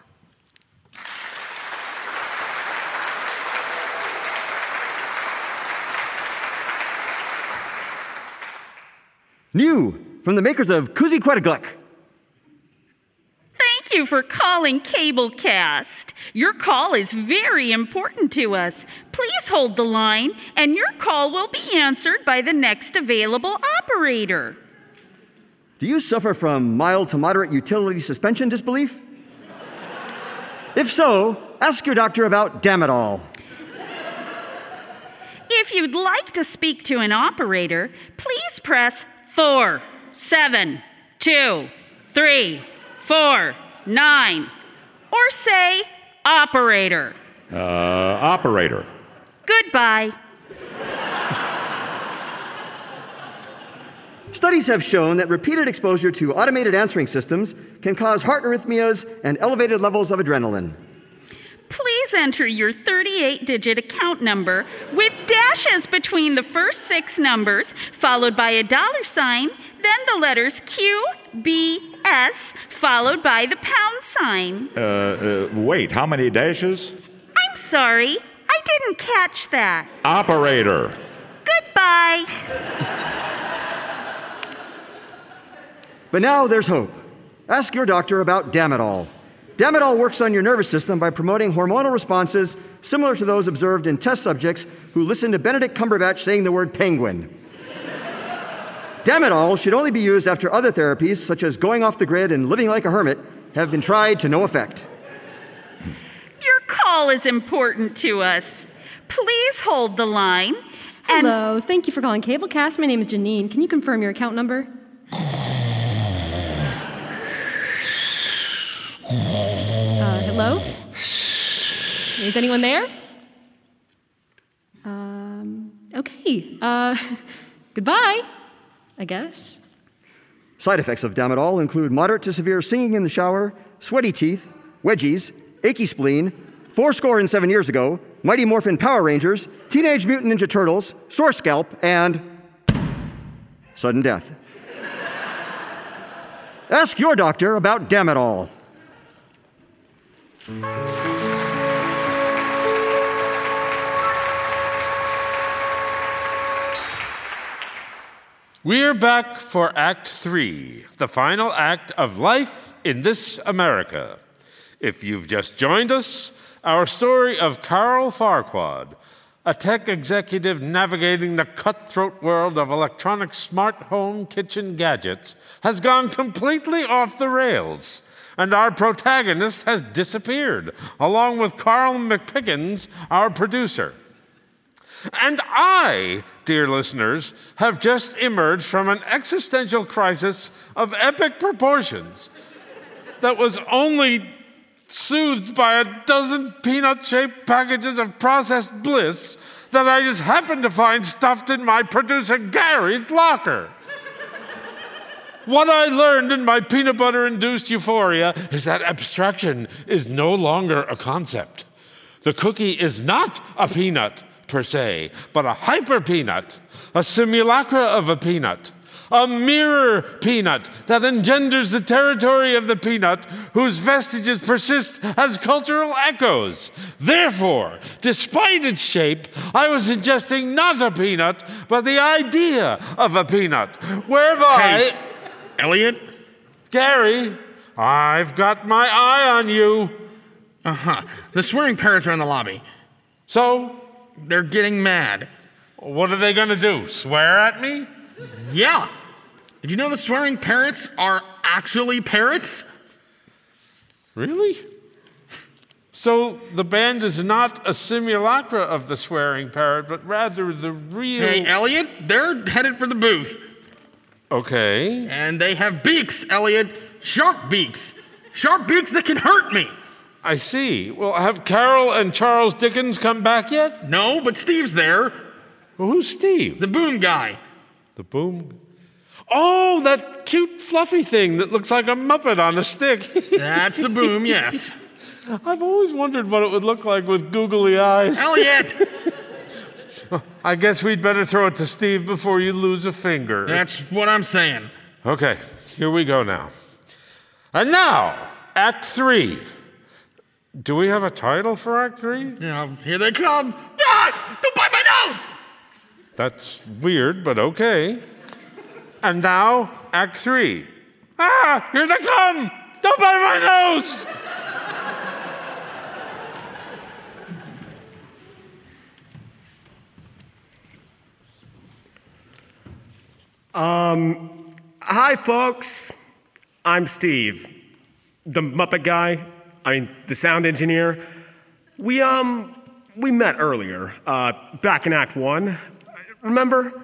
N: New from the makers of Kuzi Queteglek.
E: Thank you for calling Cablecast. Your call is very important to us. Please hold the line, and your call will be answered by the next available operator.
N: Do you suffer from mild to moderate utility suspension disbelief? if so, ask your doctor about Damodol.
E: If you'd like to speak to an operator, please press 4, 7, 2, 3, 4, 9, or say operator.
R: Uh, operator.
E: Goodbye.
N: Studies have shown that repeated exposure to automated answering systems can cause heart arrhythmias and elevated levels of adrenaline.
E: Please enter your 38 digit account number with dashes between the first six numbers, followed by a dollar sign, then the letters Q, B, S, followed by the pound sign.
R: Uh, uh, wait, how many dashes?
E: I'm sorry, I didn't catch that.
R: Operator.
E: Goodbye.
N: But now there's hope. Ask your doctor about Damodol. Damodol works on your nervous system by promoting hormonal responses similar to those observed in test subjects who listened to Benedict Cumberbatch saying the word penguin. Damodol should only be used after other therapies, such as going off the grid and living like a hermit, have been tried to no effect.
E: Your call is important to us. Please hold the line.
V: Hello, thank you for calling Cablecast. My name is Janine. Can you confirm your account number? Uh, hello? Is anyone there? Um, okay. Uh, goodbye, I guess.
N: Side effects of Damodol include moderate to severe singing in the shower, sweaty teeth, wedgies, achy spleen, fourscore and seven years ago, Mighty Morphin Power Rangers, Teenage Mutant Ninja Turtles, sore scalp, and sudden death. Ask your doctor about Damodol.
C: We're back for Act Three, the final act of Life in This America. If you've just joined us, our story of Carl Farquad, a tech executive navigating the cutthroat world of electronic smart home kitchen gadgets, has gone completely off the rails. And our protagonist has disappeared, along with Carl McPickens, our producer. And I, dear listeners, have just emerged from an existential crisis of epic proportions that was only soothed by a dozen peanut shaped packages of processed bliss that I just happened to find stuffed in my producer Gary's locker. What I learned in my peanut butter induced euphoria is that abstraction is no longer a concept. The cookie is not a peanut per se, but a hyper peanut, a simulacra of a peanut, a mirror peanut that engenders the territory of the peanut whose vestiges persist as cultural echoes. Therefore, despite its shape, I was ingesting not a peanut, but the idea of a peanut, whereby.
Q: Hey, Elliot?
C: Gary, I've got my eye on you.
Q: Uh huh. The swearing parents are in the lobby.
C: So?
Q: They're getting mad.
C: What are they gonna do? Swear at me?
Q: Yeah. Did you know the swearing parrots are actually parrots?
C: Really? So the band is not a simulacra of the swearing parrot, but rather the real.
Q: Hey, Elliot, they're headed for the booth.
C: Okay.
Q: And they have beaks, Elliot. Sharp beaks. Sharp beaks that can hurt me.
C: I see. Well, have Carol and Charles Dickens come back yet?
Q: No, but Steve's there.
C: Well, who's Steve?
Q: The boom guy.
C: The boom. Oh, that cute fluffy thing that looks like a Muppet on a stick.
S: That's the boom, yes.
C: I've always wondered what it would look like with googly eyes.
S: Elliot!
C: I guess we'd better throw it to Steve before you lose a finger.
S: That's what I'm saying.
C: Okay, here we go now. And now, Act Three. Do we have a title for Act Three?
S: Yeah, here they come. Ah, don't bite my nose!
C: That's weird, but okay. And now, Act Three. Ah, here they come! Don't bite my nose!
T: Um, hi, folks. I'm Steve, the Muppet guy. I mean, the sound engineer. We um, we met earlier, uh, back in Act One. Remember? A-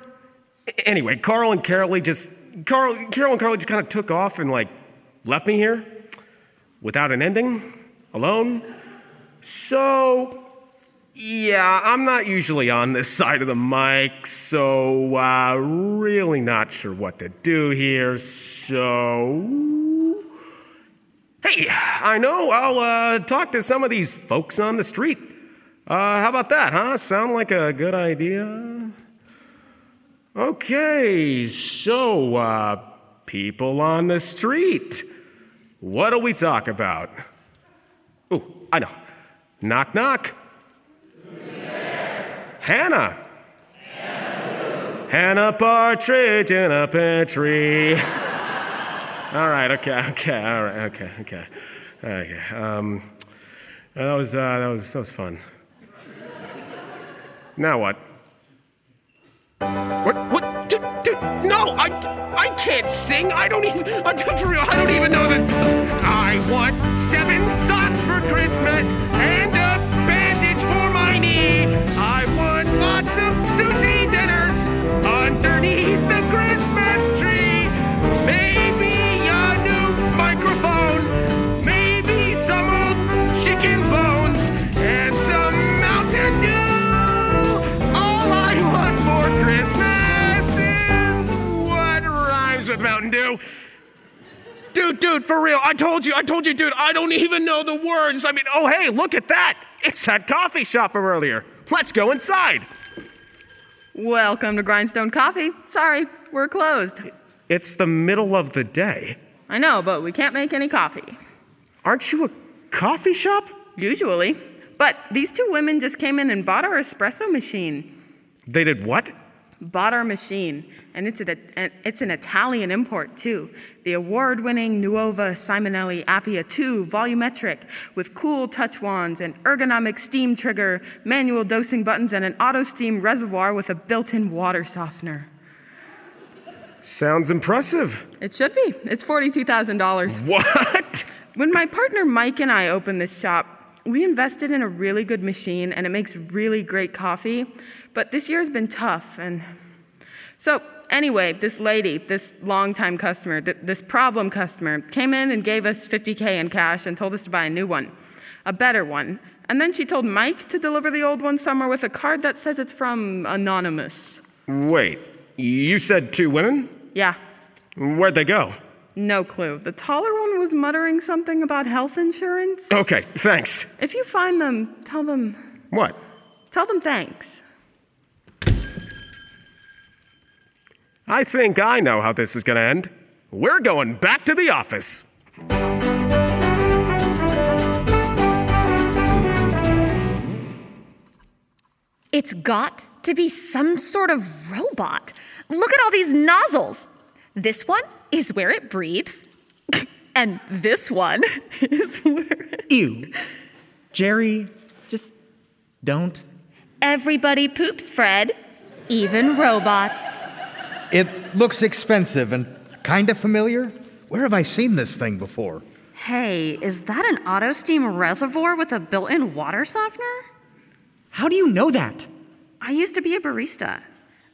T: Anyway, Carl and Carolee just Carl, Carol and Carly just kind of took off and like left me here, without an ending, alone. So yeah, I'm not usually on this side of the mic, so uh, really not sure what to do here. So, hey, I know I'll uh, talk to some of these folks on the street. Uh, how about that, huh? Sound like a good idea? Okay, so uh, people on the street, what'll we talk about? Oh, I know. Knock, knock. Hannah. Hannah Partridge in a pear tree. all right, okay, okay, all right, okay, okay, okay. Um, that was uh, that was that was fun. Now what? What? What? D- d- no, I, I can't sing. I don't even. I don't, for real, I don't even know that. I want seven socks for Christmas and a bandage for my knee. I want lots of sushi dinners underneath the Christmas tree. Maybe a new microphone. Maybe some old chicken bones and some Mountain Dew. All I want for Christmas is what rhymes with Mountain Dew. Dude, dude, for real. I told you, I told you, dude, I don't even know the words. I mean, oh, hey, look at that. It's that coffee shop from earlier. Let's go inside.
W: Welcome to Grindstone Coffee. Sorry, we're closed.
T: It's the middle of the day.
W: I know, but we can't make any coffee.
T: Aren't you a coffee shop?
W: Usually. But these two women just came in and bought our espresso machine.
T: They did what?
W: Bought our machine, and it's an, it's an Italian import too. The award winning Nuova Simonelli Appia 2 volumetric with cool touch wands, an ergonomic steam trigger, manual dosing buttons, and an auto steam reservoir with a built in water softener.
T: Sounds impressive.
W: It should be. It's $42,000.
T: What?
W: When my partner Mike and I opened this shop, we invested in a really good machine and it makes really great coffee, but this year's been tough and so anyway, this lady, this longtime customer, th- this problem customer came in and gave us 50k in cash and told us to buy a new one, a better one. And then she told Mike to deliver the old one somewhere with a card that says it's from anonymous.
T: Wait, you said two women?
W: Yeah,
T: Where'd they go?
W: no clue. The taller one was muttering something about health insurance.
T: Okay, thanks.
W: If you find them, tell them
T: What?
W: tell them thanks.
T: I think I know how this is gonna end. We're going back to the office.
J: It's got to be some sort of robot. Look at all these nozzles. This one is where it breathes, and this one is where.
D: Ew. Jerry, just don't.
J: Everybody poops, Fred, even robots.
I: It looks expensive and kind of familiar. Where have I seen this thing before?
F: Hey, is that an auto steam reservoir with a built in water softener?
D: How do you know that?
F: I used to be a barista.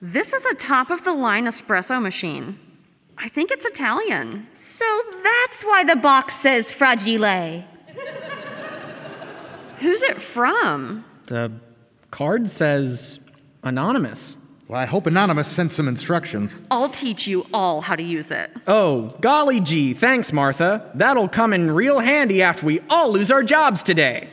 F: This is a top of the line espresso machine. I think it's Italian.
J: So that's why the box says fragile.
X: Who's it from?
D: The card says anonymous.
I: Well, I hope Anonymous sent some instructions.
Y: I'll teach you all how to use it.
D: Oh, golly gee, thanks, Martha. That'll come in real handy after we all lose our jobs today.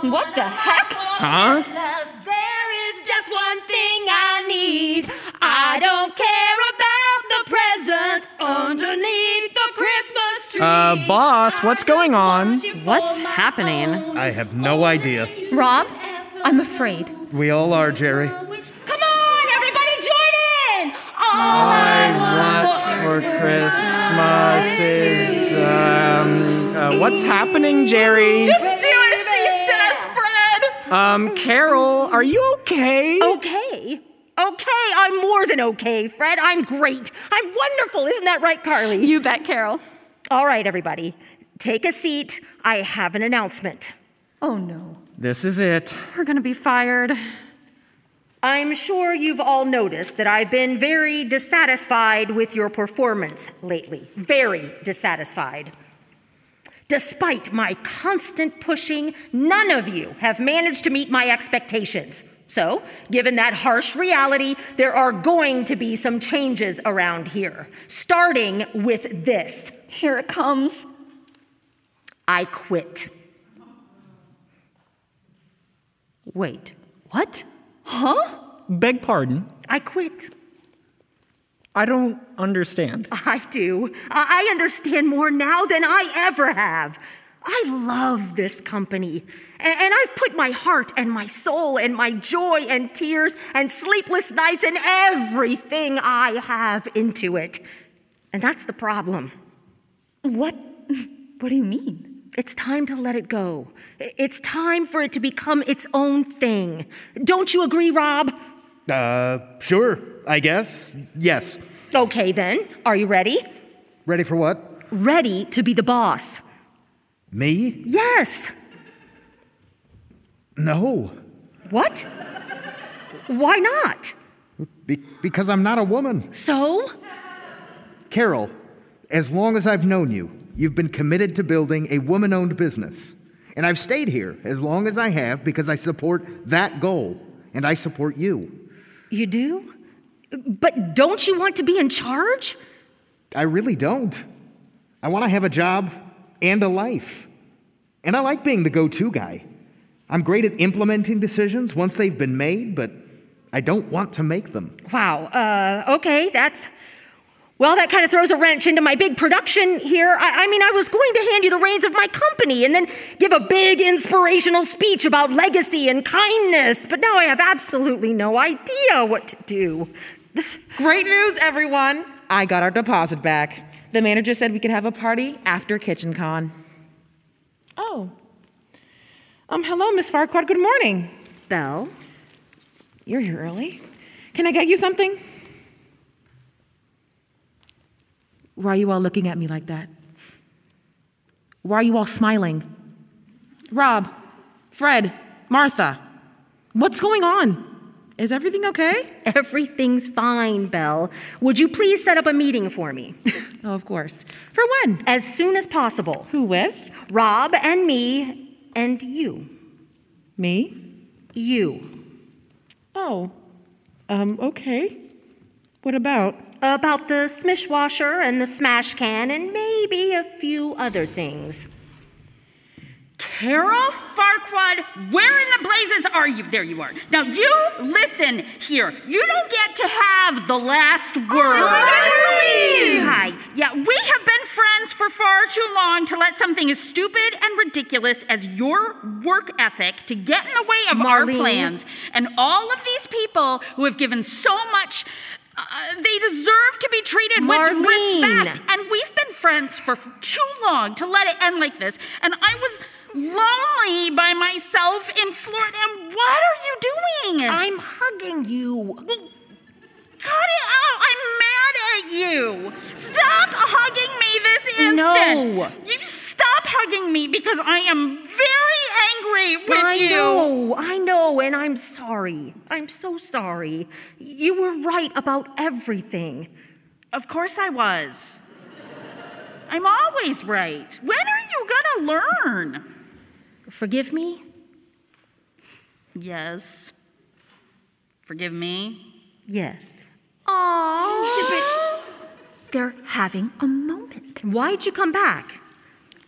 Z: What the heck?
D: Huh?
S: Plus, there is just one thing I need. I don't care about the presents underneath the Christmas tree.
D: Uh, boss, what's going on?
Y: What's happening?
I: I have no idea.
J: Rob, I'm afraid.
I: We all are, Jerry.
S: Come on, everybody, join in! All
D: I want for Christmas is um. Uh, what's happening, Jerry?
Z: Just do as she says, Fred!
D: Um, Carol, are you okay?
F: Okay. Okay, I'm more than okay, Fred. I'm great. I'm wonderful. Isn't that right, Carly?
J: You bet, Carol.
F: All right, everybody. Take a seat. I have an announcement.
J: Oh, no.
D: This is it.
F: We're going to be fired. I'm sure you've all noticed that I've been very dissatisfied with your performance lately. Very dissatisfied. Despite my constant pushing, none of you have managed to meet my expectations. So, given that harsh reality, there are going to be some changes around here, starting with this.
J: Here it comes.
F: I quit. Wait, what?
J: Huh?
D: Beg pardon.
F: I quit.
D: I don't understand.
F: I do. I I understand more now than I ever have. I love this company. A- And I've put my heart and my soul and my joy and tears and sleepless nights and everything I have into it. And that's the problem.
J: What what do you mean?
F: It's time to let it go. I- It's time for it to become its own thing. Don't you agree, Rob?
I: Uh, sure, I guess. Yes.
F: Okay then. Are you ready?
I: Ready for what?
F: Ready to be the boss.
I: Me?
F: Yes.
I: No.
F: What? Why not?
I: Be- because I'm not a woman.
F: So?
I: Carol, as long as I've known you, you've been committed to building a woman owned business. And I've stayed here as long as I have because I support that goal. And I support you.
F: You do? But don't you want to be in charge?
I: I really don't. I want to have a job and a life. And I like being the go to guy. I'm great at implementing decisions once they've been made, but I don't want to make them.
F: Wow. Uh, okay, that's. Well, that kind of throws a wrench into my big production here. I, I mean, I was going to hand you the reins of my company and then give a big inspirational speech about legacy and kindness, but now I have absolutely no idea what to do. This,
K: Great news, everyone! I got our deposit back. The manager said we could have a party after Kitchen Con. Oh. Um, hello, Miss Farquad. Good morning.
F: Belle?
K: You're here early. Can I get you something? Why are you all looking at me like that? Why are you all smiling? Rob, Fred, Martha, what's going on? Is everything okay?
F: Everything's fine, Belle. Would you please set up a meeting for me?
K: oh, of course. For when?
F: As soon as possible.
K: Who with?
F: Rob and me and you.
K: Me?
F: You.
K: Oh, um, okay. What about?
F: About the smish washer and the smash can and maybe a few other things.
E: Carol Farquad, where in the blazes are you? There you are. Now you listen here. You don't get to have the last word.
S: Halloween!
E: Hi. Yeah, we have been friends for far too long to let something as stupid and ridiculous as your work ethic to get in the way of our
S: Marlene.
E: plans. And all of these people who have given so much, uh, they deserve to be treated with
S: Marlene.
E: respect and we've been friends for too long to let it end like this. And I was lonely by myself in Florida. And what are you doing?
F: I'm hugging you.
E: Cut it out. I'm mad at you. Stop hugging me this instant.
F: No.
E: You stop hugging me because I am very angry with
F: I
E: you.
F: know, I know, and I'm sorry. I'm so sorry. You were right about everything.
E: Of course I was. I'm always right. When are you going to learn?
F: Forgive me?
E: Yes. Forgive me?
M: Yes.
J: Aww. They're having a moment.
M: Why'd you come back?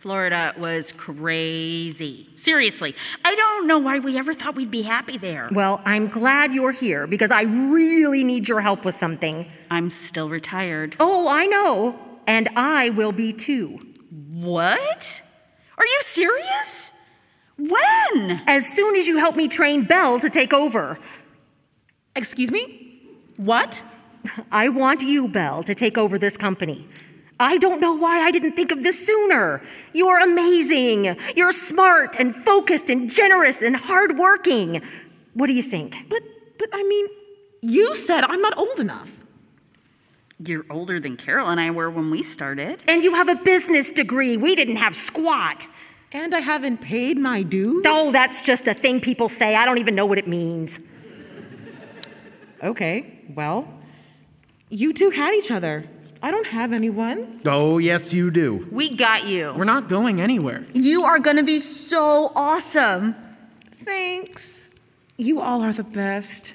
E: Florida was crazy. Seriously, I don't know why we ever thought we'd be happy there.
F: Well, I'm glad you're here because I really need your help with something.
E: I'm still retired.
F: Oh, I know. And I will be too.
E: What? Are you serious?
F: When? As soon as you help me train Belle to take over.
K: Excuse me? What?
F: I want you, Belle, to take over this company. I don't know why I didn't think of this sooner. You're amazing. You're smart and focused and generous and hardworking. What do you think? But,
K: but I mean, you said I'm not old enough.
E: You're older than Carol and I were when we started.
F: And you have a business degree. We didn't have squat.
K: And I haven't paid my dues?
F: No, that's just a thing people say. I don't even know what it means.
K: Okay, well, you two had each other. I don't have anyone.
Q: Oh, yes, you do.
E: We got you.
D: We're not going anywhere.
J: You are gonna be so awesome.
K: Thanks. You all are the best.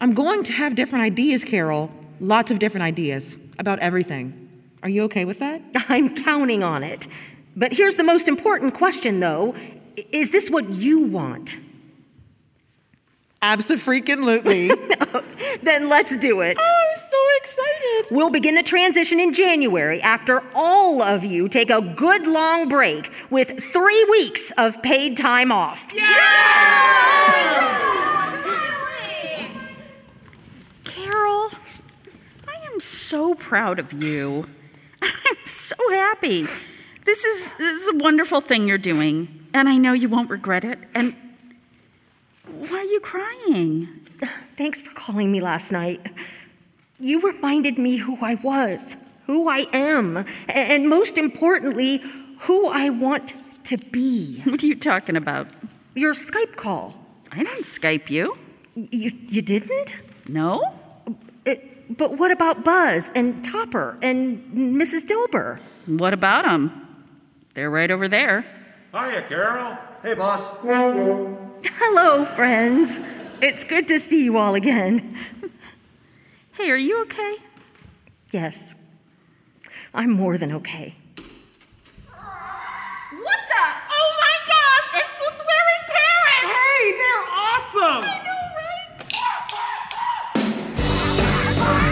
K: I'm going to have different ideas, Carol. Lots of different ideas about everything. Are you okay with that?
F: I'm counting on it. But here's the most important question, though Is this what you want?
K: Absolutely.
F: then let's do it.
K: I'm so excited.
F: We'll begin the transition in January after all of you take a good long break with three weeks of paid time off.
E: Carol, I am so proud of you. I'm so happy. This is this is a wonderful thing you're doing, and I know you won't regret it. And why are you crying?
F: Thanks for calling me last night. You reminded me who I was, who I am, a- and most importantly, who I want to be.
E: What are you talking about?
F: Your Skype call.
E: I didn't Skype you.
F: You you didn't?
E: No?
F: It, but what about Buzz and Topper and Mrs. Dilber?
E: What about them? They're right over there.
R: Hiya, Carol.
N: Hey, boss.
F: Hello, friends. It's good to see you all again.
E: Hey, are you okay?
F: Yes, I'm more than okay.
J: What the? Oh my gosh, it's the swearing parents! Hey, they're awesome! I know,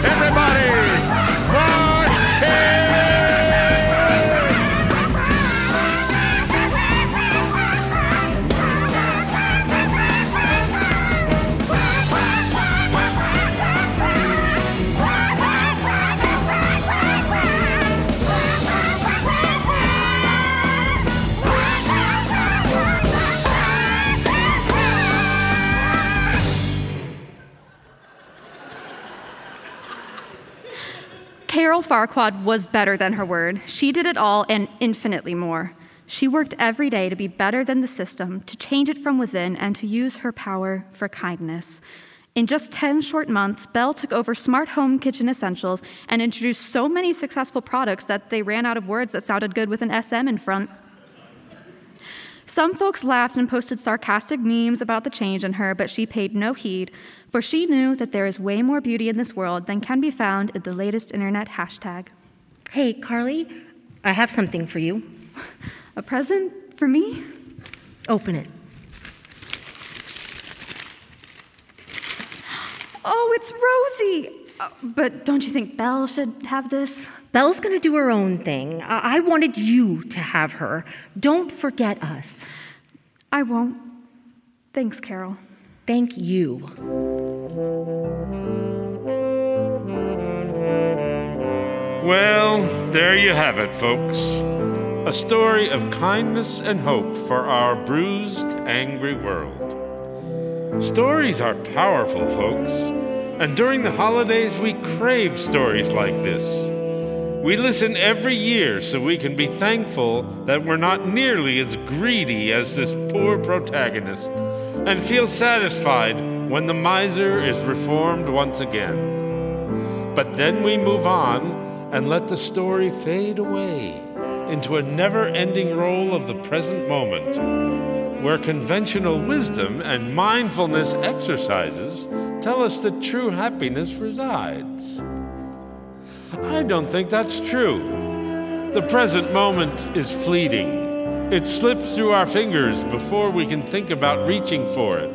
A: Everybody, march
G: Carol Farquad was better than her word. She did it all and infinitely more. She worked every day to be better than the system, to change it from within, and to use her power for kindness. In just 10 short months, Bell took over smart home kitchen essentials and introduced so many successful products that they ran out of words that sounded good with an SM in front. Some folks laughed and posted sarcastic memes about the change in her, but she paid no heed, for she knew that there is way more beauty in this world than can be found in the latest internet hashtag.
F: Hey, Carly, I have something for you.
G: A present for me?
F: Open it.
G: Oh, it's Rosie! Uh, but don't you think Belle should have this?
F: Belle's gonna do her own thing. I, I wanted you to have her. Don't forget us.
G: I won't. Thanks, Carol.
F: Thank you.
C: Well, there you have it, folks. A story of kindness and hope for our bruised, angry world. Stories are powerful, folks, and during the holidays we crave stories like this. We listen every year so we can be thankful that we're not nearly as greedy as this poor protagonist and feel satisfied when the miser is reformed once again. But then we move on and let the story fade away into a never ending roll of the present moment. where conventional wisdom and mindfulness exercises tell us that true happiness resides. I don't think that's true. The present moment is fleeting. It slips through our fingers before we can think about reaching for it.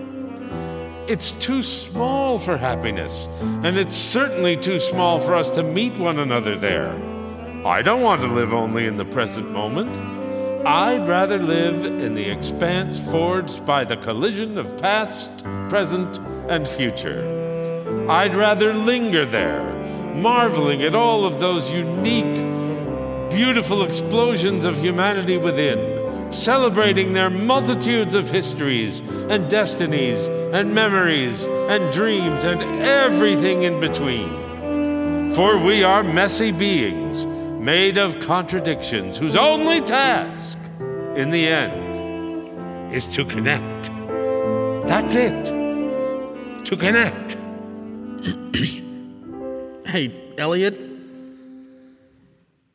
C: It's too small for happiness, and it's certainly too small for us to meet one another there. I don't want to live only in the present moment. I'd rather live in the expanse forged by the collision of past, present, and future. I'd rather linger there, marveling at all of those unique, beautiful explosions of humanity within, celebrating their multitudes of histories and destinies and memories and dreams and everything in between. For we are messy beings, made of contradictions, whose only task, in the end, is to connect. That's it. To connect.
Q: Hey, Elliot,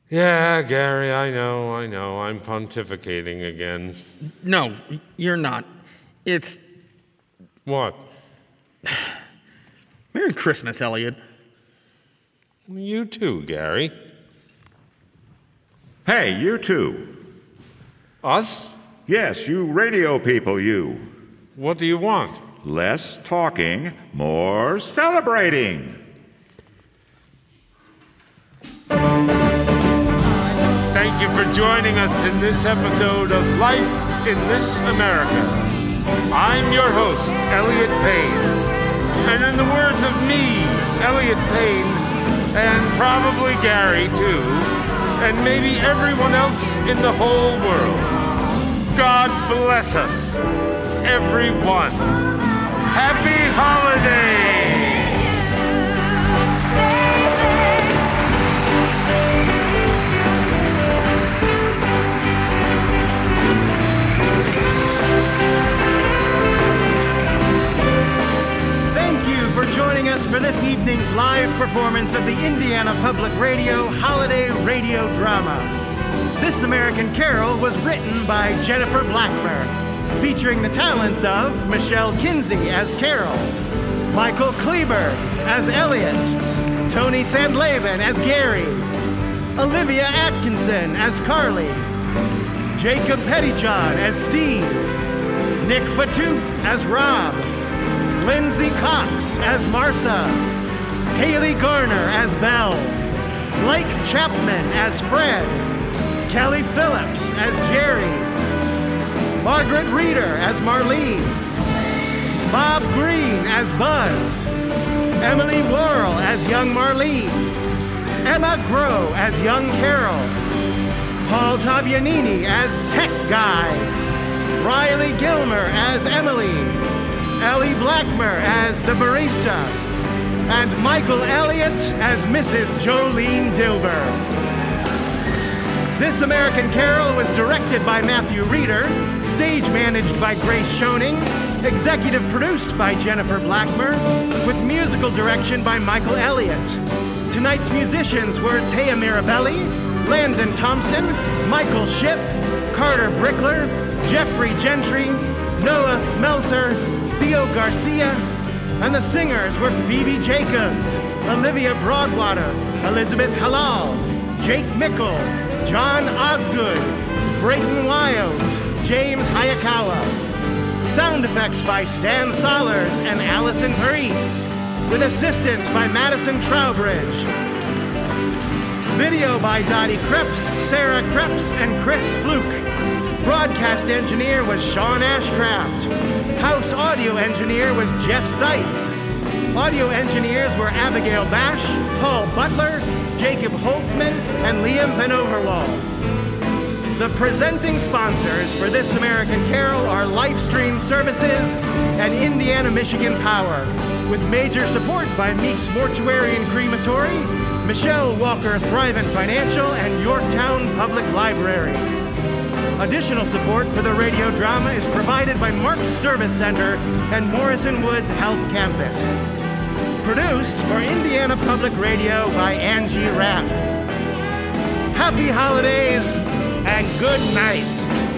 C: Yeah, Gary, I know, I know. I'm pontificating again.
Q: No, you're not. It's.
C: What?
Q: Merry Christmas, Elliot.
C: You too, Gary.
R: Hey, you two.
C: Us?
R: Yes, you radio people, you.
C: What do you want?
R: Less talking, more celebrating.
C: Thank you for joining us in this episode of Life in This America. I'm your host, Elliot Payne. And in the words of me, Elliot Payne, and probably Gary too, and maybe everyone else in the whole world, God bless us, everyone. Happy holidays!
B: Thank you for joining us for this evening's live performance of the Indiana Public Radio Holiday Radio Drama. This American Carol was written by Jennifer Blackburn, featuring the talents of Michelle Kinsey as Carol, Michael Kleber as Elliot, Tony Sandlavin as Gary, Olivia Atkinson as Carly, Jacob Pettyjohn as Steve, Nick Fatou as Rob, Lindsay Cox as Martha, Haley Garner as Belle, Blake Chapman as Fred, Kelly Phillips as Jerry, Margaret Reeder as Marlene, Bob Green as Buzz, Emily Worrell as Young Marlene, Emma Groh as Young Carol, Paul Tabianini as Tech Guy, Riley Gilmer as Emily, Ellie Blackmer as the barista, and Michael Elliott as Mrs. Jolene Dilber. This American Carol was directed by Matthew Reeder, stage managed by Grace Schoening, executive produced by Jennifer Blackmer, with musical direction by Michael Elliott. Tonight's musicians were Taya Mirabelli, Landon Thompson, Michael Shipp, Carter Brickler, Jeffrey Gentry, Noah Smelser, Theo Garcia, and the singers were Phoebe Jacobs, Olivia Broadwater, Elizabeth Halal, Jake Mickle, John Osgood, Brayton Wiles, James Hayakawa. Sound effects by Stan Solers and Allison Paris, with assistance by Madison Trowbridge. Video by Dottie Kreps, Sarah Kreps, and Chris Fluke. Broadcast engineer was Sean Ashcraft. House audio engineer was Jeff Seitz. Audio engineers were Abigail Bash, Paul Butler, Jacob Holtzman, and Liam Van Overwall. The presenting sponsors for This American Carol are Lifestream Services and Indiana Michigan Power, with major support by Meeks Mortuary and Crematory, Michelle Walker Thrivent Financial, and Yorktown Public Library. Additional support for the radio drama is provided by Mark's Service Center and Morrison Woods Health Campus. Produced for Indiana Public Radio by Angie Rapp. Happy holidays and good night.